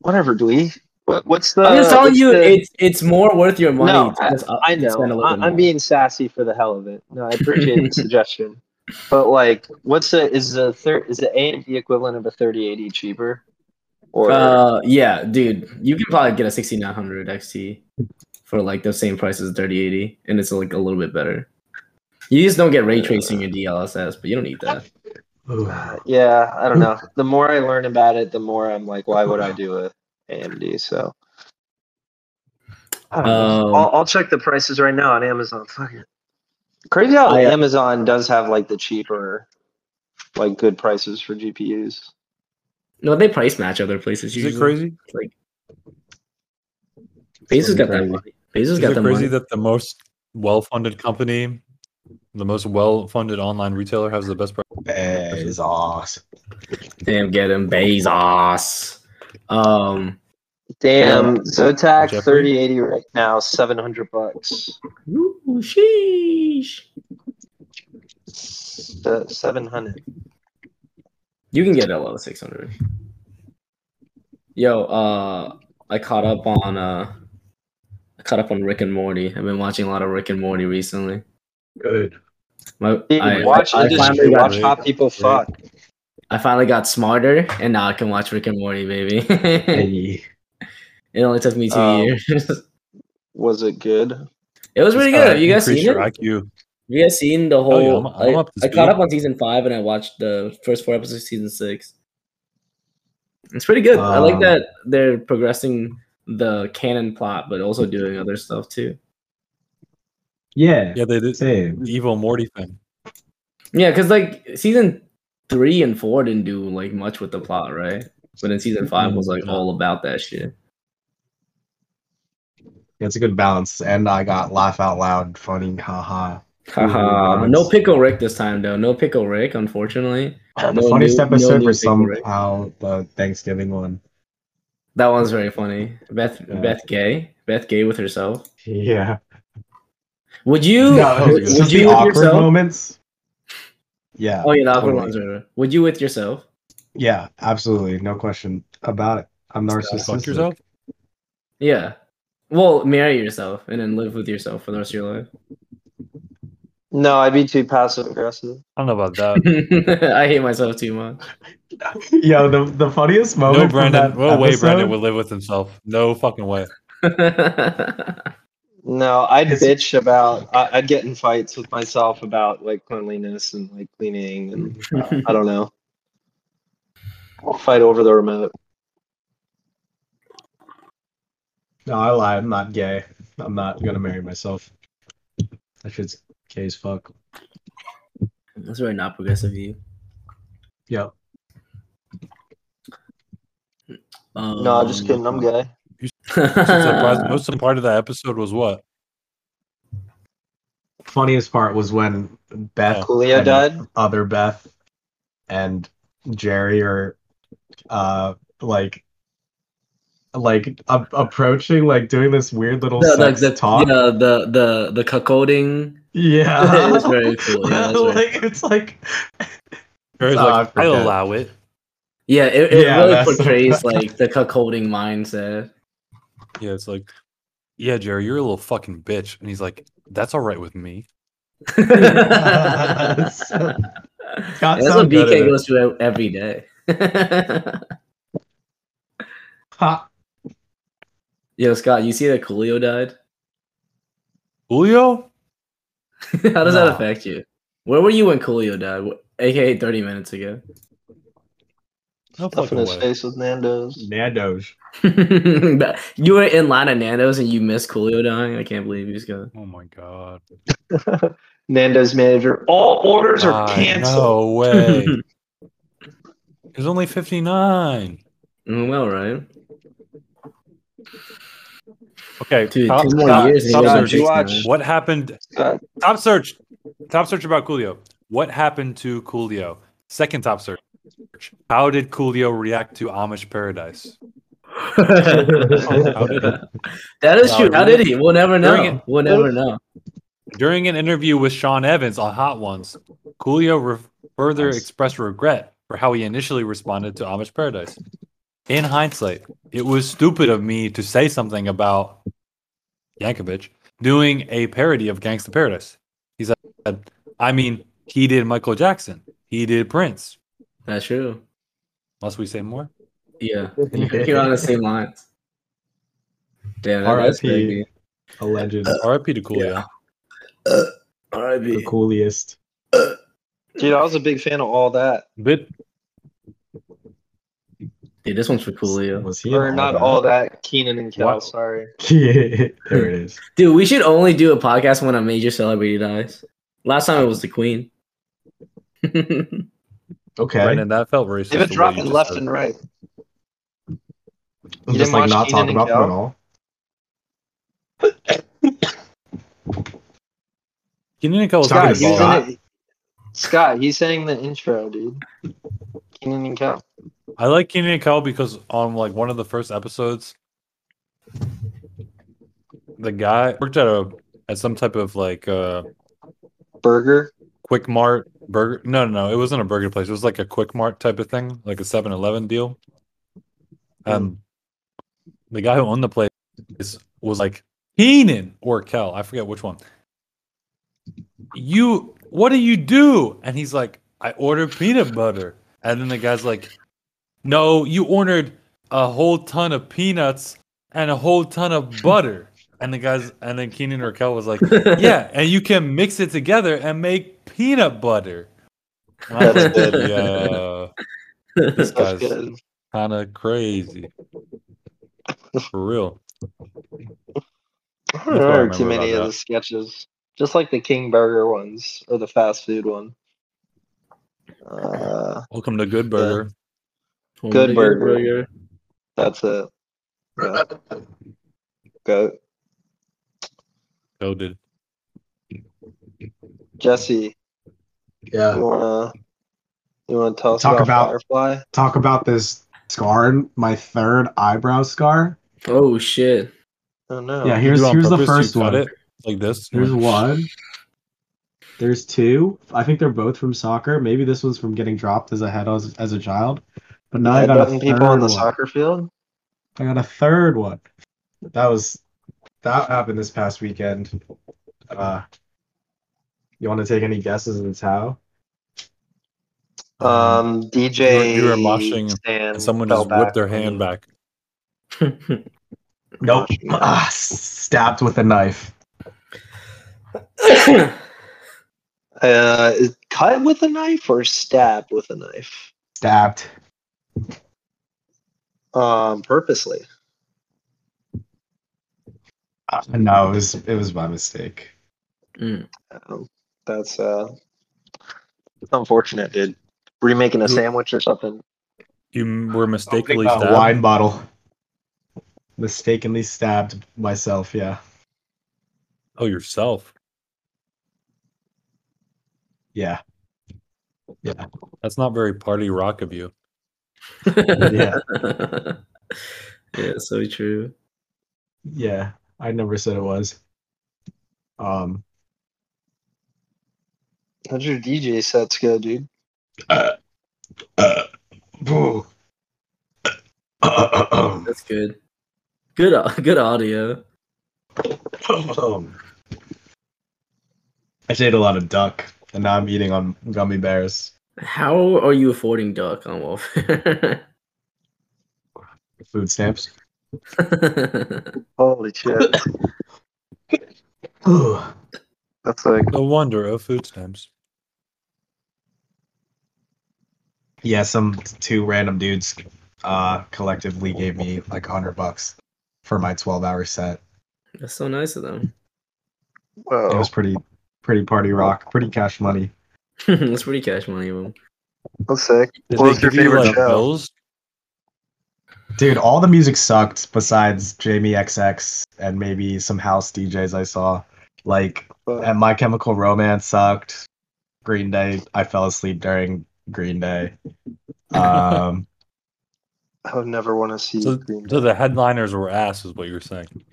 B: Whatever, Dwee. What, what's the?
A: i'm just telling
B: what's
A: you
B: Uh, the-
A: it's it's more worth your money
B: No,
A: to just up-
B: I
A: to
B: know.
A: spend a little
B: I,
A: bit
B: I'm
A: more.
B: being sassy for the hell of it. No, I appreciate the suggestion. But like, what's the is the thir- is the AMD equivalent of a thirty eighty cheaper? Or
A: uh yeah dude you can probably get a 6900 xt for like the same price as a 3080 and it's like a little bit better you just don't get ray tracing or dlss but you don't need that
B: yeah, I don't
A: Hmm.
B: know. The more I learn about it, the more I'm like, why would I do a AMD? So I don't know.
A: Um,
B: I'll, I'll check the prices right now on Amazon. Fuck it. Crazy how
A: I, uh,
B: Amazon does have like the cheaper, like good prices for GPUs.
A: no they price match other places
E: Is it
A: usually.
E: crazy?
A: Bezos got that money. Bezos
E: Is
A: got
E: it
A: the
E: crazy
A: money.
E: that the most well-funded company, the most well-funded online retailer, has the best price?
D: That is awesome.
A: Damn, get him Bezos. Um,
B: Damn, Um, Zotac
E: Jeffrey?
B: thirty eighty right now, seven hundred bucks.
A: ooh, sheesh.
B: Se- Seven hundred.
A: You can get a lot of 600. Yo, uh, I caught up on uh, I caught up on Rick and Morty. I've been watching a lot of Rick and Morty recently.
D: Good.
A: My, I,
B: watch
A: I, I,
B: industry.
A: finally got,
B: Watch how people fuck.
A: I finally got smarter, and now I can watch Rick and Morty, baby. it
D: Hey,
A: only took me two
B: Um,
A: years.
B: Was it good?
A: it was pretty
E: Just gotta
A: good. Have you guys
E: increase
A: seen
E: your
A: it?
E: IQ.
A: Have you guys seen the whole?
E: Oh, yeah, I'm- I'm
A: I-
E: up to
A: I, caught
E: speed.
A: up on season five and I watched the first four episodes of season six. It's pretty good. I like
D: Um,
A: that they're progressing the canon plot, but also doing other stuff too.
D: yeah.
E: Yeah, they did
D: Same.
E: the evil Morty thing.
A: Yeah, because like season three and four didn't do like much with the plot, right? But then season five was like
E: No.
A: all about that shit.
D: Yeah, it's a good balance. And I got laugh out loud, funny, haha.
A: Haha.
E: Mm-hmm.
D: Yeah,
A: no
D: that's-
A: pickle Rick this time though. No pickle Rick, unfortunately.
D: The
A: No
D: funniest
A: new- no
D: episode
A: new
D: was
A: pickle Rick.
D: somehow the Thanksgiving one.
A: That one's very funny. Beth
D: Yeah.
A: Beth Gay. Beth Gay with herself.
D: Yeah.
A: Would you?
D: No,
A: would,
D: just
A: would
D: the
A: you with
D: awkward
A: yourself?
D: moments. Yeah.
A: Oh yeah, the awkward ones
D: Totally.
A: are. Would you with yourself?
D: Yeah, absolutely. No question about it. I'm narcissistic.
E: Fuck yourself.
A: Yeah. Well, marry yourself and then live with yourself for the rest of your life.
B: No, I'd be too passive aggressive.
E: I don't know about that.
A: I hate myself too much.
D: Yo, the, the funniest moment.
E: no,
D: from
E: Brandon.
D: that
E: No way,
D: episode-
E: Brandon would live with himself. No fucking way.
B: No, I'd
D: It's-
B: bitch about. I, I'd get in fights with myself about like cleanliness and like cleaning and
E: Mm-hmm.
B: I don't know. Fight over the remote.
D: No, I lie. I'm not gay. I'm not gonna marry myself. That shit's gay as fuck.
A: That's very not progressive of you.
D: Yeah.
A: Um,
B: No, I'm just kidding. I'm gay.
E: Most surprised- Most of the part of that episode was what?
D: Funniest part was when Beth,
B: Coolio
D: and
B: died.
E: Oh.
D: other Beth, and Jerry are, uh, like, like a- approaching, like doing this weird little
A: the,
D: sex
A: the, the,
D: talk.
A: yeah, the the the cuckolding
D: Yeah,
A: is very cool. Yeah, that's very-
D: like it's like
E: Jerry's
D: Oh,
E: like,
D: I
E: I
D: forget.
E: allow it.
A: yeah it, it
D: Yeah,
A: really
D: that's-
A: portrays like the cuckolding mindset.
E: Yeah, it's like, yeah, Jerry, you're a little fucking bitch. And he's like, that's all right with me.
D: Yes. Got
A: That's
D: some
A: what
D: good at
A: BK
D: it.
A: goes through every day.
D: ha.
A: Yo, Scott, you see that Coolio died?
E: Julio?
A: How does that
D: No.
A: affect you? Where were you when Coolio died? Wh- AKA 30 minutes ago.
E: No
B: Stuff in
E: fucking
B: his
E: way.
B: face with Nando's.
D: Nando's.
A: That- you were in line at Nando's and you missed Coolio dying? I can't believe you, Scott.
E: Oh my god.
B: Nando's manager. All orders are
E: God,
B: canceled.
E: No way. It was only 59.
A: Mm, well, right?
E: Okay.
A: Dude,
E: top-
A: two more
E: top-
A: years. and
E: top
A: he got
B: Stop
E: search.
B: search. You
A: Jason
B: watch-
A: Momoa.
E: What happened?
B: Uh,
E: Top search. Top search about Coolio. What happened to Coolio? Second top search. How did Coolio react to Amish Paradise? How did it?
A: that is
E: Wow,
A: true. How
E: really?
A: did he? We'll never
E: During
A: know. We'll never know.
E: During an interview with Sean Evans on Hot Ones, Coolio re- further
D: Nice.
E: expressed regret for how he initially responded to Amish Paradise. In hindsight, it was stupid of me to say something about Yankovic doing a parody of Gangsta Paradise. He said, I mean, he did Michael Jackson, he did Prince.
A: That's true.
E: Must we say more?
A: Yeah, you're on the same lines. Damn, that, that's
D: R.I.P.
A: crazy.
D: Alleged
A: Uh,
E: RIP to Coolio.
A: Yeah.
D: the
A: R.I.P.
D: coolest.
B: dude, I was a big fan of all that.
E: Bit
A: Dude, this one's for Coolio.
D: Was he
B: Or
D: in
B: not all that. Keenan and Kel.
E: Wow.
B: Sorry.
D: there it is.
A: Dude, we should only do a podcast when a major celebrity dies. Last time it was the Queen.
D: Okay.
E: Brandon, that felt racist.
B: They've
E: the way
B: been
E: you
B: dropping
E: just
B: left
E: said it.
B: and right.
D: I'm
B: You
D: just
B: didn't watch
D: like not
B: Keenan
D: talking
B: and
D: about them at
B: Kel?
D: all.
E: Keenan and Kel was
B: Scott,
D: Sorry,
E: pretty
B: he's
E: involved.
D: Scott.
B: in it. Scott, he's saying the intro, dude. Keenan and Kel.
E: I like Keenan and Kel because on like one of the first episodes, the guy worked at a at some type of like uh
B: Burger.
E: quick mart burger. No, no, no, it wasn't a burger place. It was like a quick mart type of thing, like a 7-Eleven deal. And Mm. the guy who owned the place was like Keenan or Kel, I forget which one. You, what do you do? And he's like, I ordered peanut butter. And then the guy's like, No, you ordered a whole ton of peanuts and a whole ton of butter. And the guys, and then Keenan or Kel was like, yeah, and you can mix it together and make peanut butter. And I was
A: That's
E: like,
A: good.
E: "Yo, this
B: That's
E: guy's
B: good.
E: kind of crazy. For real.
B: I
E: what I
B: don't remember
E: remember
B: too many
E: about
B: of
E: that.
B: the sketches. Just like the King Burger ones or the fast food one. Uh,
E: Welcome to Good Burger.
B: Good burger. that's it. Yeah. Go.
E: So did
B: Jesse,
D: Yeah.
B: you wanna you wanna tell us
D: Talk about-
B: Firefly?
D: Talk about this scar, my third eyebrow scar.
A: Oh shit.
B: Oh no.
D: Yeah,
E: You
D: here's
E: do it on
D: here's the
E: purpose, you
D: first
E: cut
D: one.
E: it like this.
D: There's one. There's two. I think they're both from soccer. Maybe this one's from getting dropped as a head as, as a child. But now I
B: Head
D: got a
B: butting
D: third
B: people on the
D: one.
B: soccer field.
D: I got a third one. That was that happened this past weekend. Uh, you want to take any guesses as to how? Uh-huh.
B: Um, DJ.
E: you were moshing
B: Stan
E: And someone
B: fell
E: just whipped
B: back
E: their
B: when
E: hand
B: he-
E: back.
D: nope. Ah, stabbed with a knife.
B: Uh, is cut with a knife or stab with a knife?
D: Stabbed.
B: Um, purposely.
D: Uh, no, it was it was by mistake.
B: Um, that's uh, unfortunate, dude. Were you making a sandwich or something?
E: You m- were mistakenly
D: Uh,
E: stabbed.
D: wine bottle. Mistakenly stabbed myself. Yeah.
E: Oh, yourself.
D: Yeah.
E: That's not very party rock of you.
D: Yeah.
A: yeah, so true.
D: Yeah, I never said it was. Um,
B: How'd your DJ sets go, dude?
D: uh, boo. Um,
A: That's good. Good au- good audio.
D: I just ate a lot of duck, and now I'm eating on gummy bears.
A: How are you affording duck on welfare?
D: Food stamps.
B: Holy shit! That's like
E: No wonder of food stamps.
D: yeah, some two random dudes uh collectively gave me like a hundred bucks for my twelve hour set.
A: That's so nice of them.
D: It
B: whoa.
D: was pretty pretty party rock, pretty cash money.
A: That's pretty cash money of them.
B: That's sick.
E: Did
B: What
E: they
B: was your
E: give you,
B: favorite
E: like,
B: show?
E: bills?
D: Dude, all the music sucked besides Jamie XX and maybe some house DJs I saw. Like,
B: But-
D: and My Chemical Romance sucked. Green Day, I fell asleep during Green Day. Um,
B: I would never want to see
E: So,
B: Green Day.
E: so the headliners were ass, is what you're saying.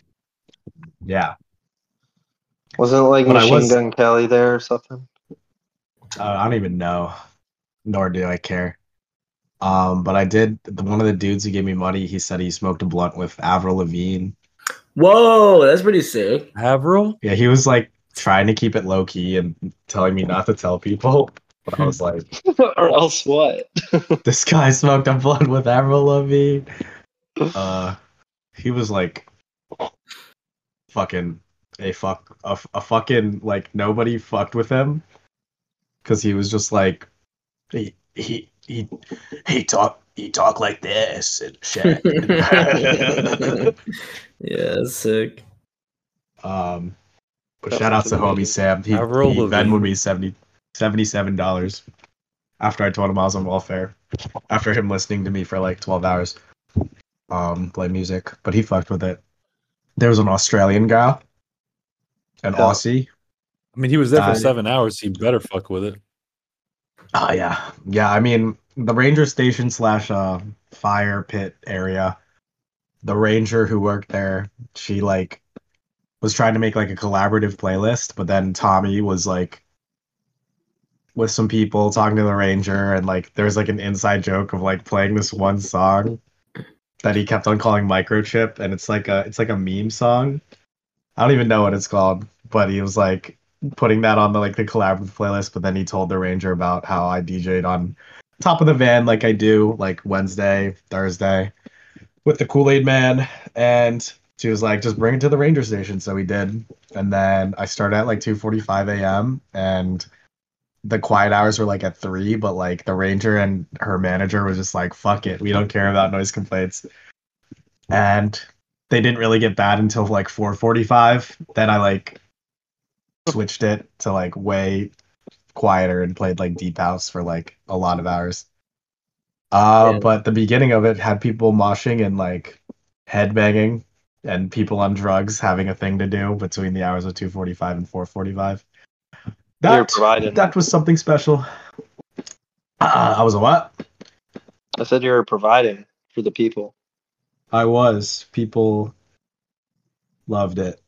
D: yeah,
B: Wasn't it like
D: But I
B: Machine
D: was-
B: Gun Kelly there or something?
D: uh, I don't even know, nor do I care. Um, but I did. The, one of the dudes who gave me money, he said he smoked a blunt with Avril Lavigne.
A: Whoa, that's pretty sick.
E: Avril?
D: Yeah, he was like trying to keep it low key and telling me not to tell people. But I was like,
B: or else what?
D: this guy smoked a blunt with Avril Lavigne. Uh, he was like, fucking a fuck a, f- a fucking like nobody fucked with him because he was just like he he he he talk he talk like this and shit.
A: Yeah, that's sick.
D: um, but
B: That
D: shout out
B: sounds
D: to homie
B: amazing.
D: Sam. He, he
E: Avril Lavigne.
D: Venmoed me 70, 77 dollars after I told him I was on welfare. After him listening to me for like twelve hours, um, play music, but he fucked with it. There was an Australian guy, an
B: Yeah.
D: Aussie.
E: I mean, he was there for
D: Uh,
E: seven hours. He better fuck with it.
D: Oh yeah, yeah. I mean, the ranger station slash uh fire pit area. The ranger who worked there, she like was trying to make like a collaborative playlist, but then Tommy was like with some people talking to the ranger, and like there was like an inside joke of like playing this one song that he kept on calling microchip, and it's like a it's like a meme song. I don't even know what it's called, but he was like putting that on the like the collaborative playlist but then he told the ranger about how i dj'd on top of the van like i do like wednesday thursday with the kool-aid man and she was like just bring it to the ranger station so we did and then i started at like 2.45 a.m and the quiet hours were like at three but like the ranger and her manager was just like fuck it we don't care about noise complaints and they didn't really get bad until like 4.45 then i like switched it to like way quieter and played like deep house for like a lot of hours. Uh
A: Yeah.
D: but the beginning of it had people moshing and like headbanging and people on drugs having a thing to do between the hours of 2:45 and 4:45.
B: They were
D: That
B: provided.
D: that was something special. Uh, I was a what?
B: I said you were providing for the people.
D: I was. People loved it.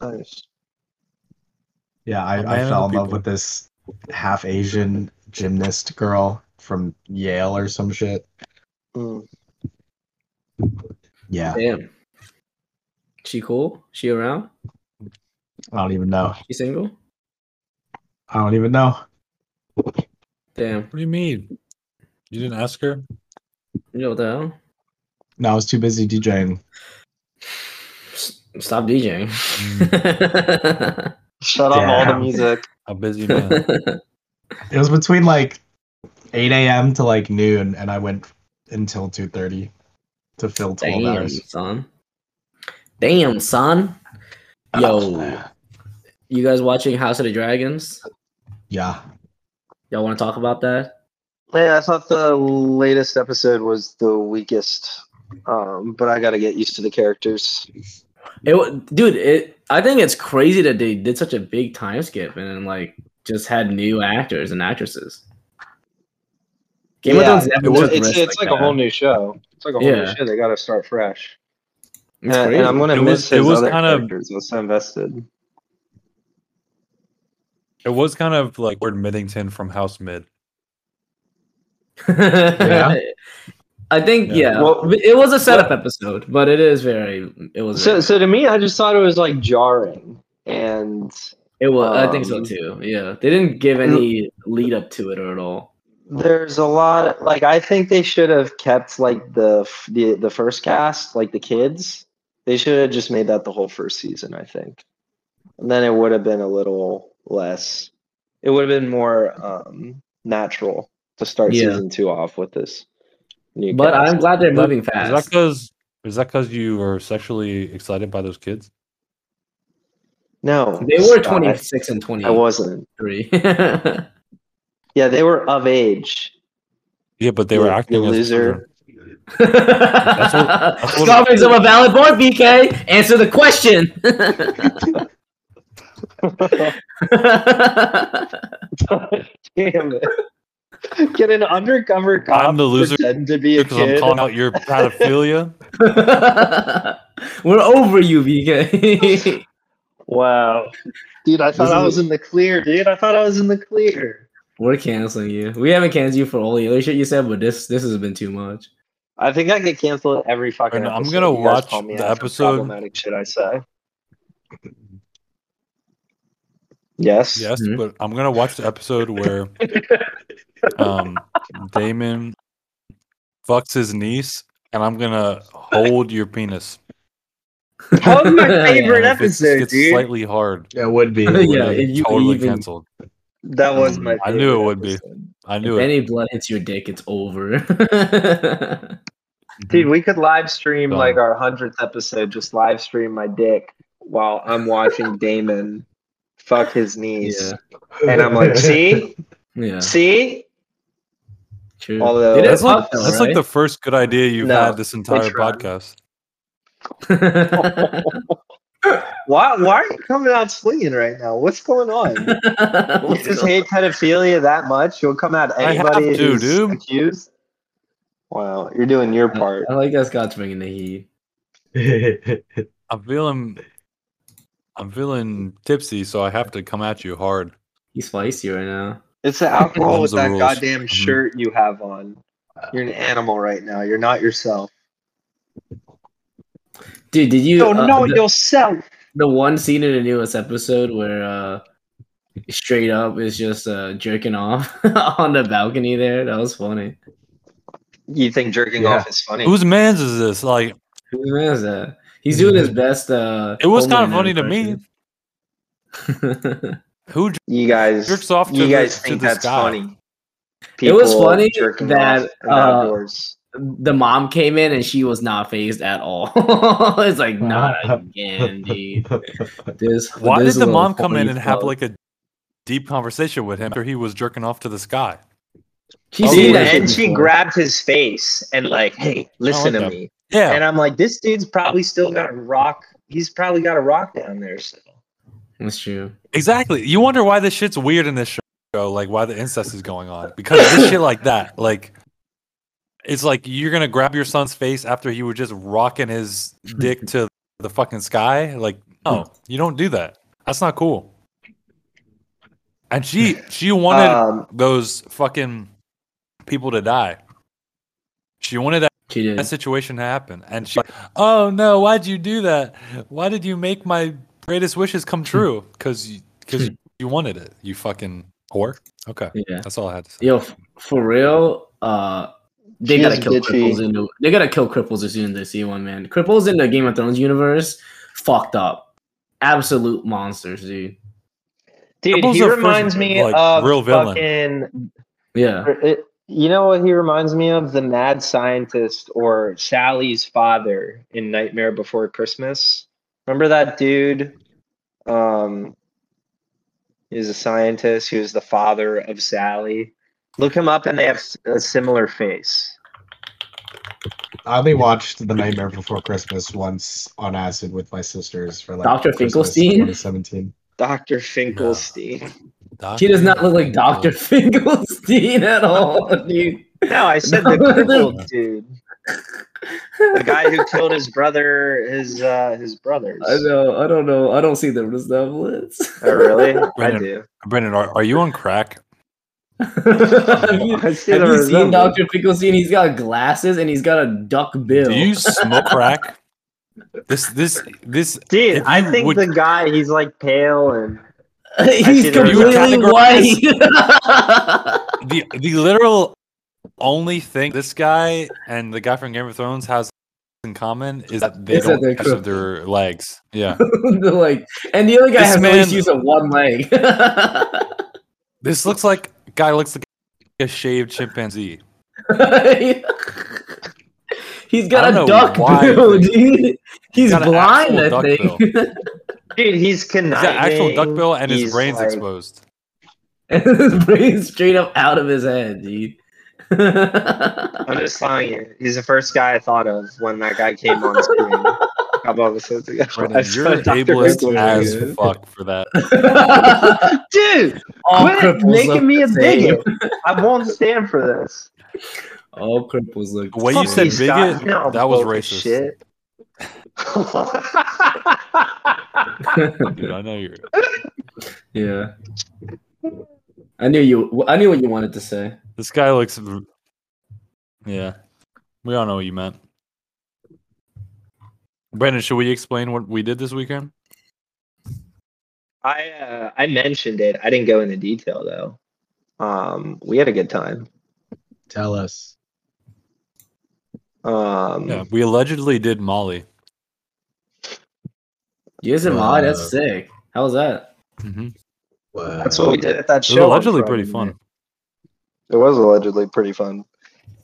B: Nice.
D: Yeah,
E: A
D: I,
E: man
D: I
E: of
D: fell
E: the
D: in love
E: people.
D: with this half Asian gymnast girl from Yale or some shit.
B: Mm.
D: Yeah,
A: Damn. She cool? She around?
D: I don't even know.
A: She single?
D: I don't even know.
A: Damn.
E: What do you mean? You didn't ask her?
A: You know what the hell?
D: No, I was too busy DJing.
A: S- Stop DJing.
B: Mm. Shut up all the
D: Damn.
B: music.
E: A busy man.
D: It was between like 8 a.m. to like noon, and I went until 2:30 to fill 12
A: Damn,
D: hours.
A: son. Damn, son.
D: Oh,
A: Yo, you guys watching House of the Dragons?
D: Yeah.
A: Y'all want to talk about that?
B: Yeah, I thought the latest episode was the weakest, um, but I got to get used to the characters.
A: It, wa- dude, it. I think it's crazy that they did such a big time skip and then, like just had new actors and actresses. Game
B: Yeah,
A: of Thrones. never
B: It's,
A: took
B: it's,
A: risks
B: it's like, a
A: that.
B: whole new show. It's like a whole
A: Yeah.
B: new show. They got to start fresh.
A: It's
B: and,
A: crazy.
B: Uh, and I'm gonna
E: It
B: miss
E: was- it
B: his
E: was
B: other
E: kind of-
B: characters. I was so invested.
E: it was kind of like Lord Middington from House Mid.
D: Yeah.
A: I think yeah.
E: Yeah.
B: Well-
A: it was a setup episode, but it is very. It was.
B: So,
A: very-
B: so to me, I just thought it was like jarring, and
A: it was. I think so
B: um,
A: too. Yeah, they didn't give any lead up to it or at all.
B: there's a lot. Like I think they should have kept like the f- the the first cast, like the kids. They should have just made that the whole first season. I think, and then it would have been a little less. It would have been more um, natural to start
A: Yeah.
B: season two off with this. New
A: But
B: cast.
A: I'm glad they're
E: Is that-
A: moving
E: Is that
A: fast.
E: because is that because you were sexually excited by those kids?
B: no,
A: They were
B: Scott,
A: 26 and
B: I, I
A: 23.
B: wasn't. Yeah, they were of age.
E: Yeah, but they
B: You-
E: were
B: you
E: acting as
B: loser.
E: children.
A: That's
E: what- that's what-
A: Strawberries are a valid point, BK. Answer the question.
B: Damn it. Get an undercover cop.
E: I'm the loser
B: pretend to be a
E: because I'm
B: kid.
E: calling out your pedophilia.
A: We're over you, BK.
B: Wow. Dude, I thought
A: This
B: I
A: is-
B: was in the clear, dude. I thought I was in the clear. We're
A: We're canceling you. We haven't canceled you for all the other shit you said, but this this has been too much.
B: I think I get canceled every fucking
E: And I'm
B: episode.
E: gonna
B: You guys
E: watch
B: call me
E: the
B: out for
E: episode-
B: Problematic shit I say. Yes.
E: Yes,
A: Mhm.
E: but I'm gonna watch the episode where um Damon fucks his niece, and I'm gonna hold your penis.
B: That was my
A: Yeah,
B: favorite
E: And if it's-
B: episode,
E: gets
B: dude.
E: slightly hard.
D: It would be.
A: yeah,
E: Like,
A: if you
E: totally
A: even
E: canceled.
B: That was my.
E: Mm, I knew it
B: favorite
E: would be.
B: episode.
E: I
A: if
E: knew it.
A: any blood hits your dick, it's over.
B: Dude, we could live stream
E: Done.
B: like our hundredth episode. Just live stream my dick while I'm watching Damon fuck his knees,
A: yeah,
B: and I'm like, see,
A: yeah,
B: see,
A: true.
B: Although-
A: It
E: That's
A: is
E: like
A: up
E: that's
A: though,
E: like the first good idea you've
B: No,
E: had this entire
B: tried.
E: podcast.
A: right?
B: why, why are you coming out swinging right now? What's going on? You
A: What's
B: just
A: going-
B: hate pedophilia that much? You'll come out
E: I have
B: anybody
E: to,
B: who's
E: dude.
B: accused. Wow, you're doing
A: Uh,
B: your part.
A: I like that Scott's bringing the heat.
E: I'm feeling I'm feeling tipsy, so I have to come at you hard.
A: He's spicy right now.
B: It's the alcohol with
E: Them's the
B: that
E: rules.
B: goddamn shirt you have on. You're an animal right now. You're not yourself.
A: Dude, did you?
B: You're
A: uh,
B: not
A: the-
B: yourself.
A: the one scene in the newest episode where uh straight up is just uh jerking off on the balcony there that was funny
B: You think jerking
D: Yeah.
B: off is funny?
E: Whose man's is this? Like
A: Who is that? he's doing his best uh
E: it was kind of funny
A: Homeland
E: to me.
A: impression.
E: Who
B: you guys,
E: Jerks off to
B: you
E: the-
B: guys
E: to
B: think
E: the
B: that's
E: sky.
B: funny?
A: It was
B: People
A: funny
B: jerking
A: that,
B: off in
A: uh,
B: outdoors.
A: the mom came in and she was not phased at all it's like not again dude this
E: why
A: this
E: did the
A: little
E: mom come in
A: funny
E: and have
A: fuck.
E: like a deep conversation with him after he was jerking off to the sky?
A: she
E: Oh,
A: seen
B: Dude,
A: that
B: and
A: shit
B: she
A: before.
B: grabbed his face and like, hey, listen
E: like
B: to
E: that.
B: me.
E: Yeah.
B: And I'm like, this dude's probably still got a rock. He's probably got a rock down there still.
A: that's true
E: Exactly. You wonder why this shit's weird in this show, like why the incest is going on. Because this shit like that, like it's like you're gonna grab your son's face after he was just rocking his dick to the fucking sky. Like, no, you don't do that. That's not cool. And she she wanted
B: Um,
E: those fucking people to die. She wanted that,
A: she did
E: that situation to happen. And she's like, oh no, why'd you do that? Why did you make my greatest wishes come
A: Hmm.
E: true? Because you, cause you- you wanted it, you fucking whore. Okay.
A: yeah
E: That's all I had to say.
A: Yo, f- for real, uh, they
B: She
A: gotta
B: is
A: kill
B: bitchy.
A: cripples in the they gotta kill cripples as soon as they see one, man. Cripples in the Game of Thrones universe, fucked up, absolute monsters, dude.
B: dude,
E: Cripple's
B: he
E: the first,
B: reminds me
E: like,
B: of
E: real villain.
B: fucking.
A: Yeah,
B: it- uh, you know what he reminds me of? The mad scientist or Sally's father in Nightmare Before Christmas. Remember that dude? Um, he was a scientist. He was the father of Sally. Look him up, and they have s- a similar face.
D: I only watched The Nightmare Before Christmas once on acid with my sisters for like
A: Dr.
D: Christmas
A: Finkelstein?
D: 2017.
B: Dr. Finkelstein.
A: he does not look like Doctor Finkelstein at all, dude.
B: No, I said the
A: No.
B: crippled dude, the guy who killed his brother, his uh, his brothers.
A: I know, I don't know, I don't see the resemblance.
B: Oh, really? I
E: Uh, Brandon.
B: do.
E: Brendan, are, are you on crack?
A: have you,
B: I see
A: have you seen
B: the resemblance.
A: Doctor Finkelstein? He's got glasses and he's got a duck bill.
E: Do you smoke crack? This, this, this,
B: Dude, I
E: I
B: think
E: would-
B: the guy he's like pale and see
A: he's
B: the
A: completely
E: resemblance.
A: white.
E: the, the literal only thing this guy and the guy from Game of Thrones has in common is that they
A: Is that
E: don't
A: they're
E: because of their legs. Yeah.
A: They're like, and the other guy
E: This
A: has
E: man-
A: no issues of one leg.
E: This looks like guy looks like a shaved chimpanzee.
A: He's
E: I
A: got
E: don't
A: a
E: know
A: duck
E: why,
A: bill,
E: but-
A: dude. He's
E: got an
A: blind,
E: actual
A: I
E: duck
A: think.
B: dude, he's
E: He's
B: conniving.
E: got actual duckbill and his
B: He's
E: brain's
B: like-
E: exposed.
A: and his brain's straight up out of his head, dude.
B: I'm just telling you, he's the first guy I thought of when that guy came on screen. a couple episodes ago. I
E: Brennan,
B: saw
E: you're an
B: Dr.
E: ableist
B: Wiggler.
E: as fuck for that.
B: Dude,
A: All
B: quit
A: cripples look
B: making me a
A: the same.
B: bigot. I won't stand for this.
A: All cripples look.
E: The way
A: the
E: you said
A: same.
E: big- bigot? That was racist. Dude, I know you're.
A: yeah. I knew you. I knew what you wanted to say.
E: This guy looks. Yeah, we all know what you meant. Brendan, should we explain what we did this weekend?
B: I uh, I mentioned it. I didn't go into detail though. Um, we had a good time.
D: Tell us.
B: Um,
E: Yeah, we allegedly did Molly.
A: Yes, and Molly,
D: Uh,
A: that's sick. How was that?
E: Mm-hmm. It
B: that's what we did at that
E: was
B: show. on
E: allegedly
B: Friday
E: pretty fun.
B: night. It was allegedly pretty fun.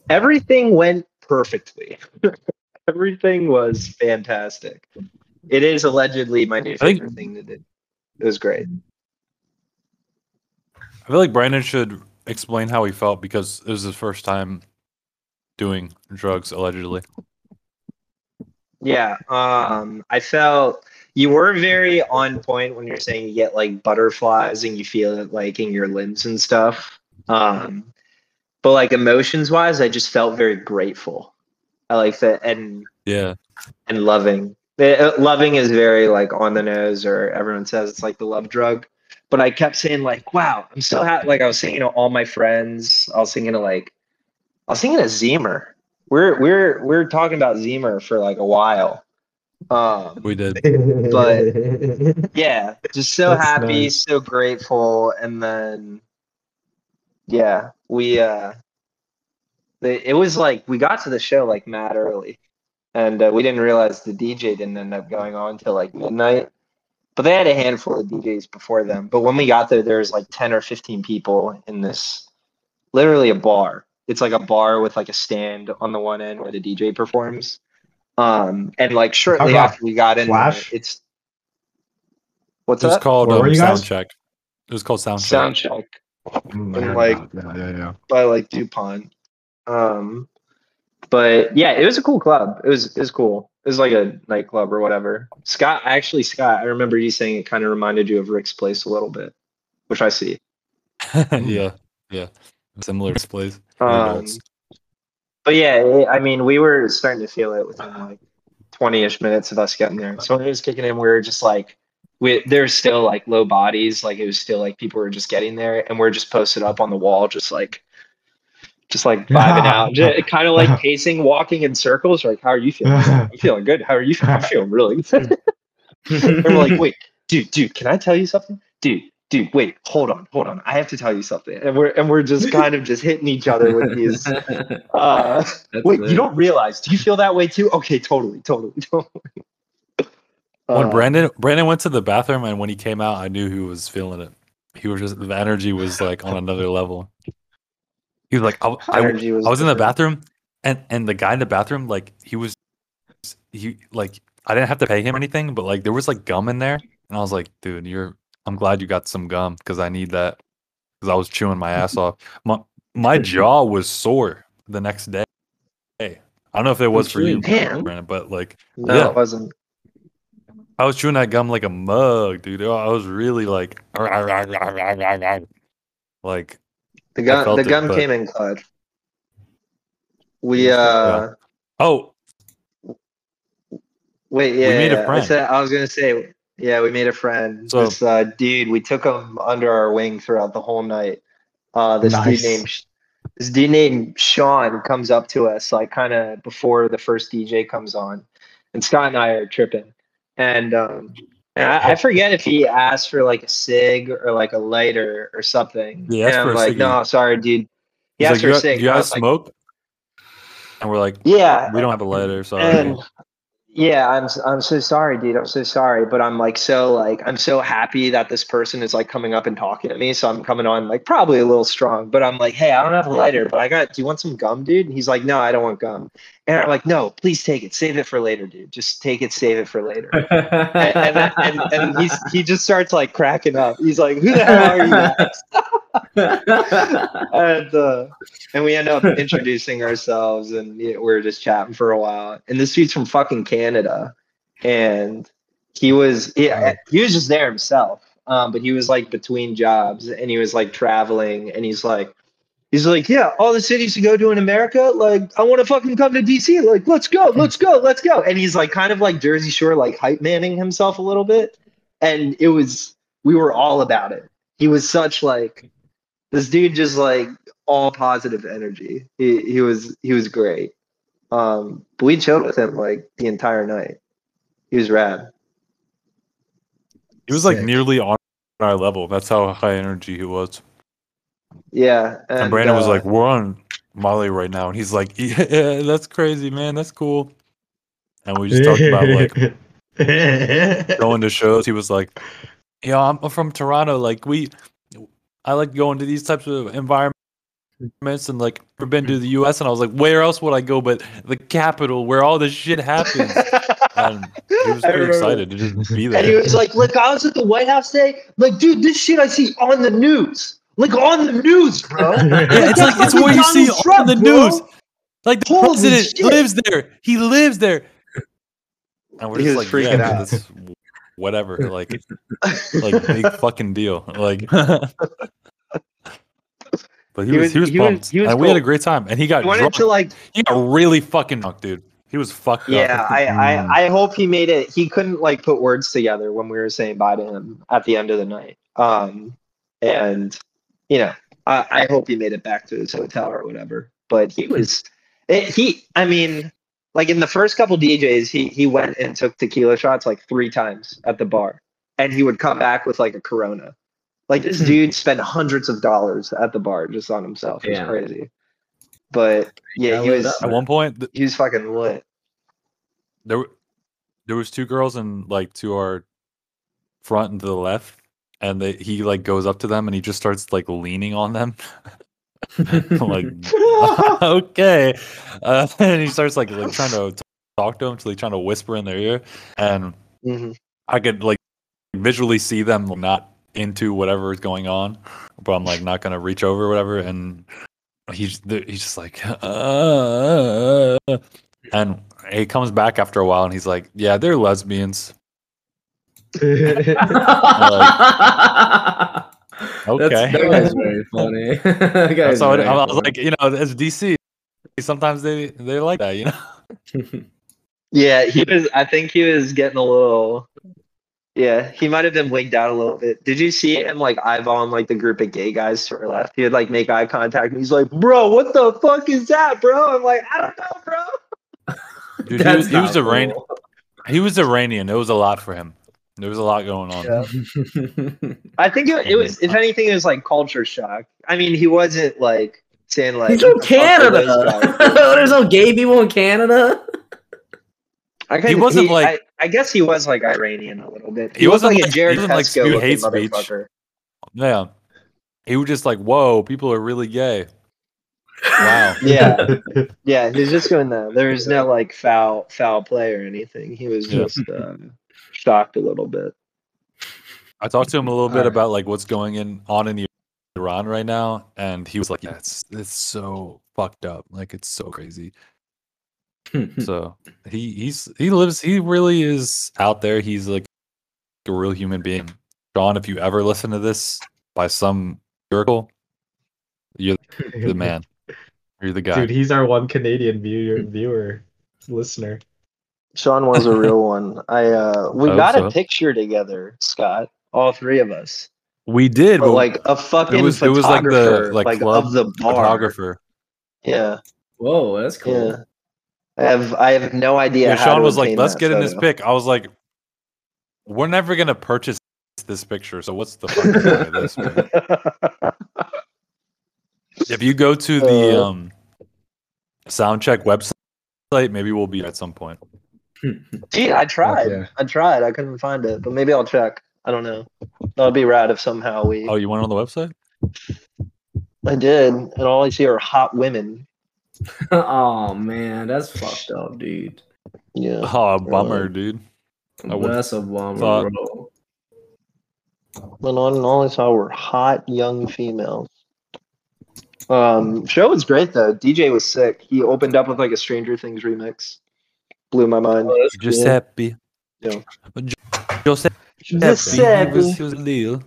B: Everything went perfectly. Everything was fantastic. It is allegedly my new
E: think-
B: favorite thing to do. It was great.
E: I feel like Brandon should explain how he felt because it was his first time doing drugs allegedly.
B: Yeah. Um, I felt you were very on point when you're saying you get like butterflies and you feel it like in your limbs and stuff. Um, but like emotions wise, I just felt very grateful. I like that and
E: Yeah,
B: and loving. The- uh, Loving is very like on the nose, or everyone says it's like the love drug. But I kept saying like, "Wow, I'm so happy!" Like I was singing to all my friends. I was singing to like, I was singing to Zemer. We're we're we're talking about Zemer for like a while. Um,
E: we did.
D: But
B: yeah, just so
D: That's
B: happy,
D: nice.
B: so grateful, and then yeah, we uh, the, it was like we got to the show like mad early, and uh, we didn't realize the DJ didn't end up going on till like midnight. But they had a handful of DJs before them. But when we got there, there was like ten or fifteen people in this, literally a bar. It's like a bar with like a stand on the one end where the DJ performs. Um, and like shortly
D: about
B: after we got in, there,
D: Flash?
B: it's What's
E: It was
B: up?
E: called
D: Where
E: um,
D: were you guys?
E: sound check. It was called sound check.
B: Sound check like-
D: yeah, yeah, yeah.
B: by like DuPont. Um, but yeah, it was a cool club. It was it was cool. It was like a nightclub or whatever. Scott, actually, Scott, I remember you saying it kind of reminded you of Rick's place a little bit, which I see.
E: yeah, yeah, similar displays.
B: Um, but yeah, it- I mean, we were starting to feel it within like twenty-ish minutes of us getting there. So when it was kicking in, we were just like, we there's still like low bodies, like it was still like people were just getting there, and we're just posted up on the wall, just like, just like vibing out, kind of like pacing, walking in circles. Like, how are you feeling? I'm feeling good. How are you? feeling? I'm feeling really good. And we're like, wait, dude, dude, can I tell you something? Dude, dude, wait, hold on, hold on. I have to tell you something. And we're and we're just kind of just hitting each other with these
A: That's
B: uh Wait,
A: lit.
B: you don't realize? Do you feel that way too? Okay, totally, totally, totally.
E: when
B: Uh,
E: Brandon Brandon went to the bathroom and when he came out, I knew he was feeling it. He was just the energy was like on another level. He was like, I, I-
B: energy
E: I was in the
B: different.
E: bathroom, and and the guy in the bathroom, like he was, he like I didn't have to pay him anything, but like there was like gum in there, and I was like, dude, you're. I'm glad you got some gum because I need that because I was chewing my ass off. My my jaw was sore the next day. Hey, I don't know if it was for you,
B: Damn.
E: Brandon, but like
B: No,
E: Yeah.
B: it wasn't.
E: I was chewing that gum like a mug, dude. Oh, I was really like, like
B: The
E: I
B: gum,
E: felt
B: the
E: it,
B: gum
E: but-
B: came in clutch. We uh,
E: oh,
B: wait, yeah,
E: made a
B: yeah, I,
E: friend.
B: said, I was gonna say, yeah, we made a friend.
E: So-
B: this uh, dude, we took him under our wing throughout the whole night. Uh, this
D: Nice.
B: dude named. Sh- This dude named Sean comes up to us like kind of before the first DJ comes on, and Scott and I are tripping. And um, and I, I forget if he asked for like a cig or like a lighter or something.
E: Yeah, he asked
B: and
E: for
B: I'm
E: a
B: like,
E: ciggy.
B: no, sorry, dude. He
E: he's
B: asked
E: like,
B: for
E: you,
B: a
E: got-
B: cig.
E: you
B: and I
E: guys
B: was like,
E: smoke? And we're like,
B: yeah,
E: we don't have a lighter, sorry.
B: and yeah, I'm I'm so sorry, dude. I'm so sorry, but I'm like so like I'm so happy that this person is like coming up and talking to me. So I'm coming on like probably a little strong, but I'm like, hey, I don't have a lighter, but I got. Do you want some gum, dude? And he's like, no, I don't want gum. And I'm like, no, please take it, save it for later, dude. Just take it, save it for later.
E: Oh
B: and and, and, and he's, he just starts like cracking up. He's like, who the hell are you? and, uh, and we end up introducing ourselves and you know, we were just chatting for a while and this dude's from fucking canada and he was yeah he was just there himself um, but he was like between jobs and he was like traveling and he's like he's like yeah all the cities to go to in america like i want to fucking come to dc like let's go let's go let's go and he's like kind of like jersey shore like hype manning himself a little bit and it was we were all about it he was such like this dude just like all positive energy he, he was he was great um but we chilled with him like the entire night he was rad
E: He was like
D: Sick.
E: nearly on our level. That's how high energy he was.
B: yeah
E: And, Brandon was
B: uh,
E: like, "We're on Molly right now," and he's like, "Yeah, that's crazy, man. That's cool." And we just talked about like going to shows. He was like, "Yo, I'm from Toronto. Like we, I like going to these types of environments, and like I've been to the U.S. and I was like, where else would I go but the capital where all this shit happens?" and he was
B: I
E: pretty
B: remember.
E: excited to just be
B: And he
E: there.
B: was like, "Look, I was at the White House today. Like, dude, this shit I see on the news. Like on the news, bro.
E: Yeah, it's like it's where you see
B: Donald
E: on
B: Trump,
E: the
B: bro.
E: news. Like the
B: Holy
E: president
B: shit.
E: lives there. He lives there. And we're
B: He
E: just
B: was
E: like
B: freaking
E: yeah,
B: out.
E: That's whatever. Like like big fucking deal. Like But he, was, he was pumped.
B: he was
E: and we had a
B: cool.
E: great time. And he got
B: He wanted
E: drunk.
B: to like,
E: he got really fucking drunk, dude. He was fucked
B: yeah.
E: up.
B: I,
A: Mm.
B: I, I hope he made it. He couldn't like put words together when we were saying bye to him at the end of the night. Um, and you know, I, I hope he made it back to his hotel or whatever. But he was, it, he. I mean, like in the first couple DJs, he he went and took tequila shots like three times at the bar, and he would come back with like a Corona. Like this
A: Hmm.
B: dude spent hundreds of dollars at the bar just on himself. It's
A: Damn.
B: crazy. But yeah,
A: Yeah,
B: he
A: lit
B: was
A: up.
E: At one point, th-
B: he was fucking lit.
E: there were- there was two girls and like to our front and to the left and they, he like goes up to them and he just starts like leaning on them I'm like
B: Mm-hmm.
E: okay uh, and he starts like like trying to talk to them so like trying to whisper in their ear and
B: hmm
E: i could like visually see them not into whatever is going on but i'm like not gonna reach over or whatever and he's the- he's just like uh, and he comes back after a while and he's like yeah they're lesbians Okay.
A: That's, that guy's very funny. That guy's
E: so I,
A: very
E: I was
A: funny.
E: like you know as dc sometimes they they like that you know
B: Yeah, he was. I think he was getting a little. Yeah, he might have been wigged out a little bit. Did you see him like eyeballing like the group of gay guys to our left? He would like make eye contact, and he's like, "Bro, what the fuck is that, bro?" I'm like, "I don't know, bro."
E: Dude, he
A: That's
E: was, he was
A: not
E: Iran- he was Iranian. It was a lot for him. There was a lot going on.
B: Yeah.
A: cool.
B: I think it, it was. If anything, it was like culture shock. I mean, he wasn't like saying like
A: He's from
B: "What the fuck are those
A: Canada.
B: guys doing?"
A: There's no gay people in Canada.
B: I kinda-
E: He wasn't, like-
B: I, I guess he was like Iranian a little bit.
E: He
B: looked
E: wasn't,
B: a
E: like-
B: Jared
E: he wasn't, like,
B: Pesco
E: spew
B: looking
E: hate speech.
B: motherfucker.
E: Yeah. He was just like, whoa, people are really gay. Wow.
B: Yeah, yeah. He was just doing that. There was no like foul foul play or anything. He was
E: Yeah.
B: just uh, shocked a little bit.
E: I talked to him a little bit
D: Alright.
E: about like what's going in on in Iran right now, and he was like, Yeah, it's it's so fucked up. Like it's so crazy.
A: Hmm.
E: So he he's he lives he really is out there. He's like a real human being. John, if you ever listen to this by some miracle, you're the man. You're the guy.
D: Dude, he's our one Canadian viewer, viewer listener.
B: Sean was a real one. I uh, we
E: I hope
B: got
E: so.
B: a picture together, Scott. All three of us,
E: We did,
B: but like a fucking
E: it was it was like
B: photographer,
E: the like,
B: like,
E: club
B: of the bar.
E: photographer.
B: Yeah,
A: Whoa, that's cool.
B: yeah. I have I have no idea.
E: Yeah,
B: how
E: Sean
B: to
E: was like,
B: obtain
E: "Let's
B: that
E: get in this
B: photo."
E: pic." I was like, "We're never gonna purchase this picture, so what's the fucking point of this?" man?" If you go to the
B: Uh.
E: um, soundcheck website, maybe we'll be at some point.
B: Gee, I tried.
D: yeah.
B: I tried. I couldn't find it, but maybe I'll check. I don't know. That would be rad if somehow we.
E: Oh, you went on the website?
B: I did, and all I see are hot women.
A: oh man, that's fucked up, dude.
B: Yeah.
E: Oh,
B: Uh,
E: bummer, dude. I would-
A: That's a bummer,
E: thought-
A: bro.
B: But on and all I saw were hot young females. Um, show was great though. DJ was sick. He opened up with like a Stranger Things remix. Blew my mind.
E: Giuseppe.
B: Yeah.
E: Gi- Giuseppe. He was, he was little.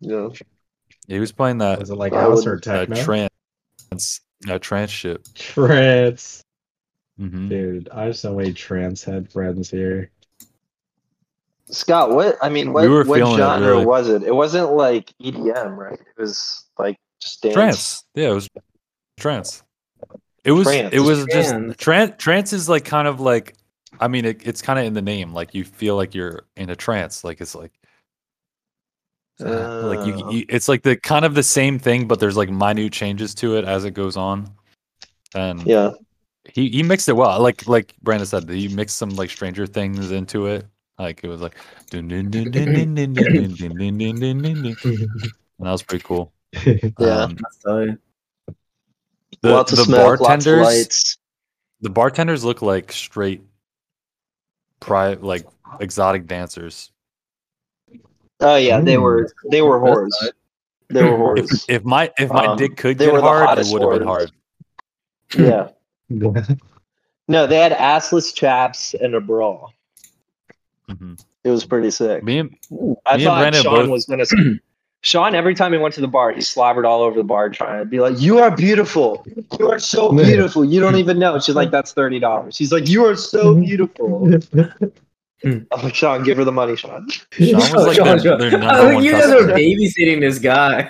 B: Yeah.
E: Yeah, he was playing that
D: Was it like
B: I
D: house
B: would-
D: or
E: uh,
D: techno?
E: trance, uh, trance shit.
D: trance.
E: hmm
D: Dude, I have so many trance head friends here.
B: Scott, what I mean,
E: We
B: what,
E: were
B: what
E: feeling it,
B: genre
E: really.
B: was it? It wasn't like EDM, right? It was like just dance.
E: Trance. Yeah, it was trance. It was.
B: Trance.
E: It was
A: Trance.
E: just trance. Trance is like kind of like. I mean, it, it's kind of in the name. Like you feel like you're in a trance. Like it's like. uh, like you,
B: Oh.
E: you, it's like the kind of the same thing, but there's like minute changes to it as it goes on. And
B: Yeah.
E: he he mixed it well. Like like Brandon said, he mixed some like Stranger Things into it. Like it was like, dun, dun, dun, dun, dun, dun, dun, dun, dun, dun, dun, dun, dun, dun. and that was pretty cool.
B: Yeah.
E: Um,
A: So,
E: the,
B: lots of
E: the
B: smoke, lots of
E: bartenders,
B: lights.
E: the bartenders look like straight, private like exotic dancers.
B: Oh yeah, they
D: Mm.
B: were they were whores. They were whores.
E: If my if my
B: Um,
E: dick could
B: they
E: get
B: were the
E: hard, it
B: hottest
E: would have been
B: whores.
E: hard.
B: yeah.
D: Dude,
B: No, they had assless chaps and a bra.
E: Mhm.
B: It was pretty sick.
E: Me and
B: I
E: me and
B: thought
E: Brandon
B: Sean
E: both-
B: was gonna. Sean, every time he went to the bar, he slobbered all over the bar trying to be like, "You are beautiful. You are so
D: Yeah.
B: beautiful. You don't even know." She's like, "That's thirty dollars." He's like, "You are so beautiful." I'm like, "Sean, give her the money, Sean."
E: Sean was like
A: Sean,
E: their,
A: Sean.
E: their
A: I
E: number
A: think
E: one
A: Oh, you guys are
E: customer.
A: babysitting this guy.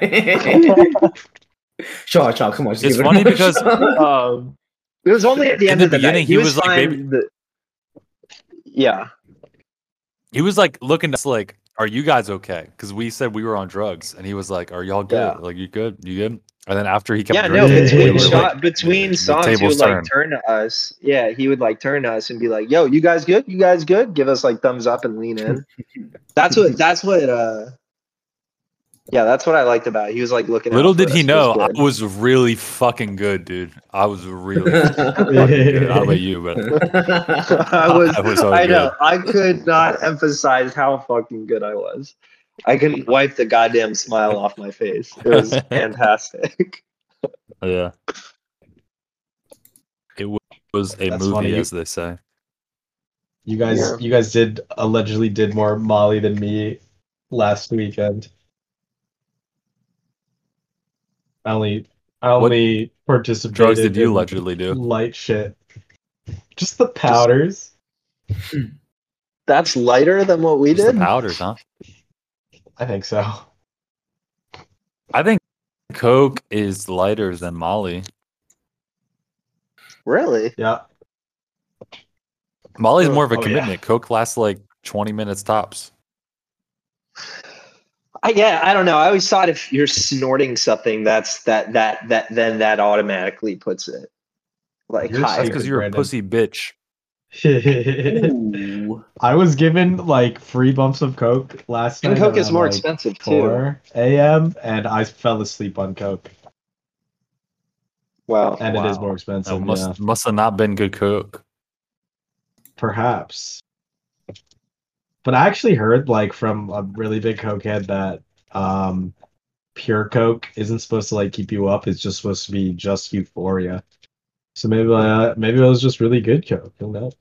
A: Sean, Sean, come on. just
E: It's
A: give it
E: funny
A: more,
E: because-
A: Sean.
B: Um, it was only at the
E: In
B: end
E: the
B: of the
E: beginning,
B: night.
E: he was like,
B: fine
E: "Baby-"
B: the- yeah,
E: He was like looking at us like, "Are you guys okay?" Because we said we were on drugs, and he was like, "Are y'all good?
B: Yeah.
E: Like you good? You good?" And then after he kept
B: yeah. No,
E: drinking,
D: it's
E: we
B: between
E: were
D: like-
B: shot, between
E: the
B: songs, he would
E: tables
B: like turn to us. Yeah, he would like turn to us and be like, "Yo, you guys good? You guys good?" Give us like thumbs up and lean in. that's what. That's what. uh Yeah, that's what I liked about. It. He was like looking. out
E: little
B: for
E: did
B: us.
E: he
B: It
E: know
B: good.
E: I was really fucking good, dude. I was really fucking good. I don't know about you, but
B: I was.
E: I was so
B: I know.
E: good.
B: I could not emphasize how fucking good I was. I couldn't wipe the goddamn smile off my face. It was fantastic.
E: yeah, it wa- was a
D: That's
E: movie,
D: funny. You-
E: as they say.
D: you guys
B: Yeah.
D: you guys did allegedly did more Molly than me last weekend. I only I only participated
E: Drugs did you
D: in
E: allegedly do?
D: light shit. Just the powders.
B: That's lighter than what we
E: Just the
B: did.
E: powders, huh?
D: I think so.
E: I think coke is lighter than Molly.
B: Really?
D: Yeah.
E: Molly's more of a
D: Oh, yeah.
E: commitment. Coke lasts like twenty minutes tops.
B: I, yeah, I don't know. I always thought if you're snorting something, that's that that that then that automatically puts it like
D: You're
B: high.
E: That's
D: Secret,
E: because you're a
D: Brandon.
E: pussy bitch.
A: Ooh.
D: I was given like free bumps of coke last
B: And
D: night.
B: Coke is
D: around,
B: more
D: like,
B: expensive too.
D: 4 a.m. and I fell asleep on coke,
B: Wow.
D: and it is
E: Wow.
D: more
E: So
D: expensive.
E: must
D: Oh, yeah.
E: must have not been good cook.
D: perhaps. But I actually heard like from a really big cokehead that um pure coke isn't supposed to like keep you up. It's just supposed to be just euphoria. So maybe uh, maybe it was just really good coke. Who knows?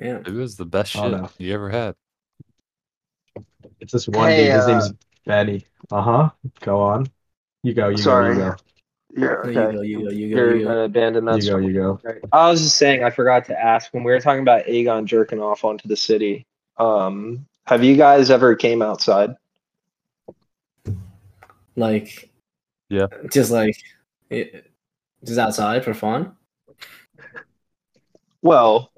A: Yeah.
E: It was the best shit
D: Oh, no.
E: you ever had.
D: It's this one
B: Hey,
D: dude. His
B: uh,
D: name's Benny. Uh huh. Go on. You go. You
B: Sorry.
D: go.
B: Yeah.
A: There
B: okay.
A: You go, you go, you go,
B: You're
A: you go.
B: gonna abandon
D: You go.
B: that.
D: You go. You go.
B: Right. I was just saying, I forgot to ask when we were talking about Aegon jerking off onto the city. Um, have you guys ever came outside?
A: Like,
E: Yeah.
A: Just like, it, just outside for fun.
B: Well,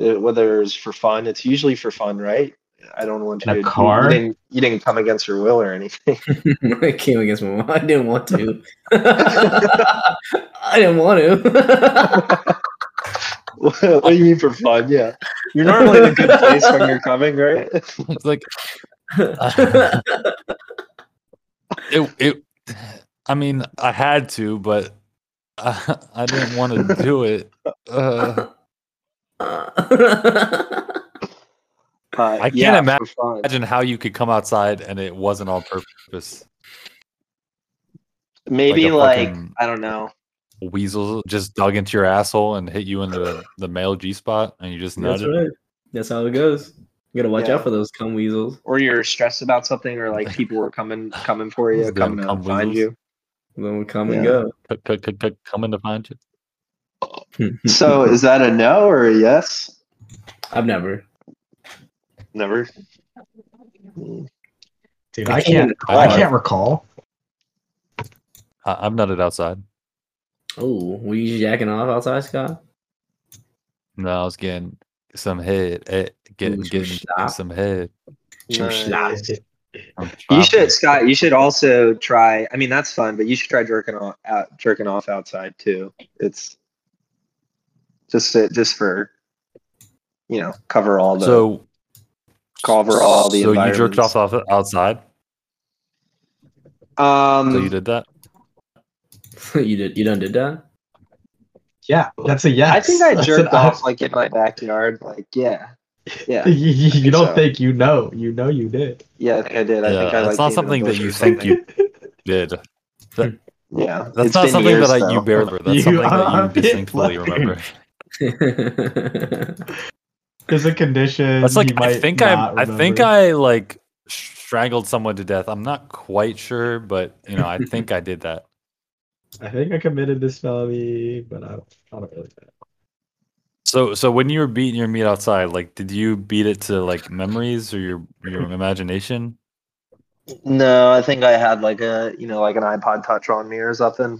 B: uh, whether it's for fun, it's usually for fun, right? I don't want you
D: In a
B: to. you-
D: car?
B: You didn't, you didn't come against your will or anything.
A: I came against my mom. I didn't want to. I didn't want to.
B: what do you mean for fun? Yeah, you're normally in a good place when you're coming, right?
E: It's like it it. I mean, I had to, but I, I didn't want to do it. Uh,
B: Uh,
E: I can't
B: yeah,
E: imagine-
B: for fun.
E: imagine how you could come outside and it wasn't on purpose.
B: Maybe
E: Like a
B: like,
E: fucking-
B: I don't know.
E: Weasel just dug into your asshole and hit you in the, the male G spot, and you just
A: That's
E: nutted.
A: right. That's how it goes. You gotta watch
B: Yeah.
A: out for those cum weasels.
B: Or you're stressed about something, or like people were coming coming for you,
E: Them
B: coming to
E: cum
B: find
E: weasels.
B: you.
A: Then we come and
B: Yeah.
A: go.
E: C- c- c- c- Coming to find you.
B: So is that a no or a yes?
A: I've never.
B: Never.
D: Dude, I can't. I can't recall.
E: I- I've nutted outside.
A: Oh, were you jacking off outside, Scott?
E: No, I was getting some head. Eh, getting
A: Ooh, some
E: getting
A: slop.
E: some head.
B: No.
E: I'm
B: You
E: chopping.
B: should, Scott. You should also try. I mean, that's fun, but you should try jerking off, out, jerking off outside too. It's just to, just for you know cover all the
E: So
B: cover all the.
E: So you jerked
B: environments.
E: off off outside.
B: Um,
E: So
B: Mm.
E: you did that.
A: you did. You done did that?
D: Yeah, that's a yes.
B: I think I
D: That's
B: jerked
D: an- I-
B: off like in my backyard. Like yeah, yeah,
D: you, you- you
B: think
D: don't
B: so.
D: think you know. You know you did.
B: yeah. I think I did. I
E: yeah,
B: think I like.
E: that's not
B: came in a
E: something that
B: bush
E: you
B: or
E: think you did.
B: something. Yeah,
E: That's
B: It's
E: not
B: been
E: something
B: years,
E: that I,
B: though.
E: you barely. That's
D: You
E: something
D: are a
E: that you
D: bit
E: distinctly
D: like-
E: remember.
D: There's a condition.
E: That's like
D: you
E: I
D: might
E: think I
D: not
E: I think
D: remember.
E: I like strangled someone to death. I'm not quite sure, but you know I think I did that.
D: I think I committed this felony, but I don't, I don't really know.
E: So so when you were beating your meat outside, like did you beat it to like memories or your your imagination?
B: No, I think I had like a you know like an iPod Touch on me or something.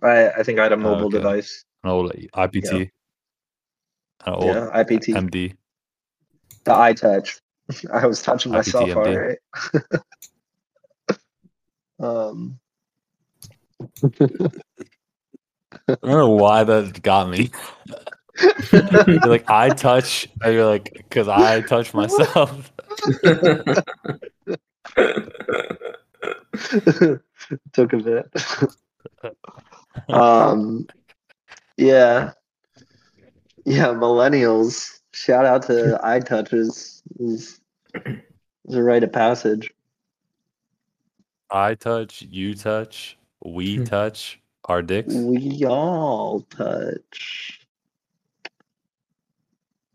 B: I I think I had a mobile
E: okay.
B: device.
E: An old IPT, an old
B: yeah, IPT,
E: MD.
B: the iTouch. I was touching myself.
E: IPT,
B: All
E: MD.
B: right. um,
E: I don't know why that got me. You're like I touch, and you're like because I touch myself.
B: took a bit. um, yeah, yeah. Millennials, shout out to iTouches. Is is a rite of passage.
E: I touch, you touch, we
A: Hmm.
E: touch our dicks.
B: We all touch.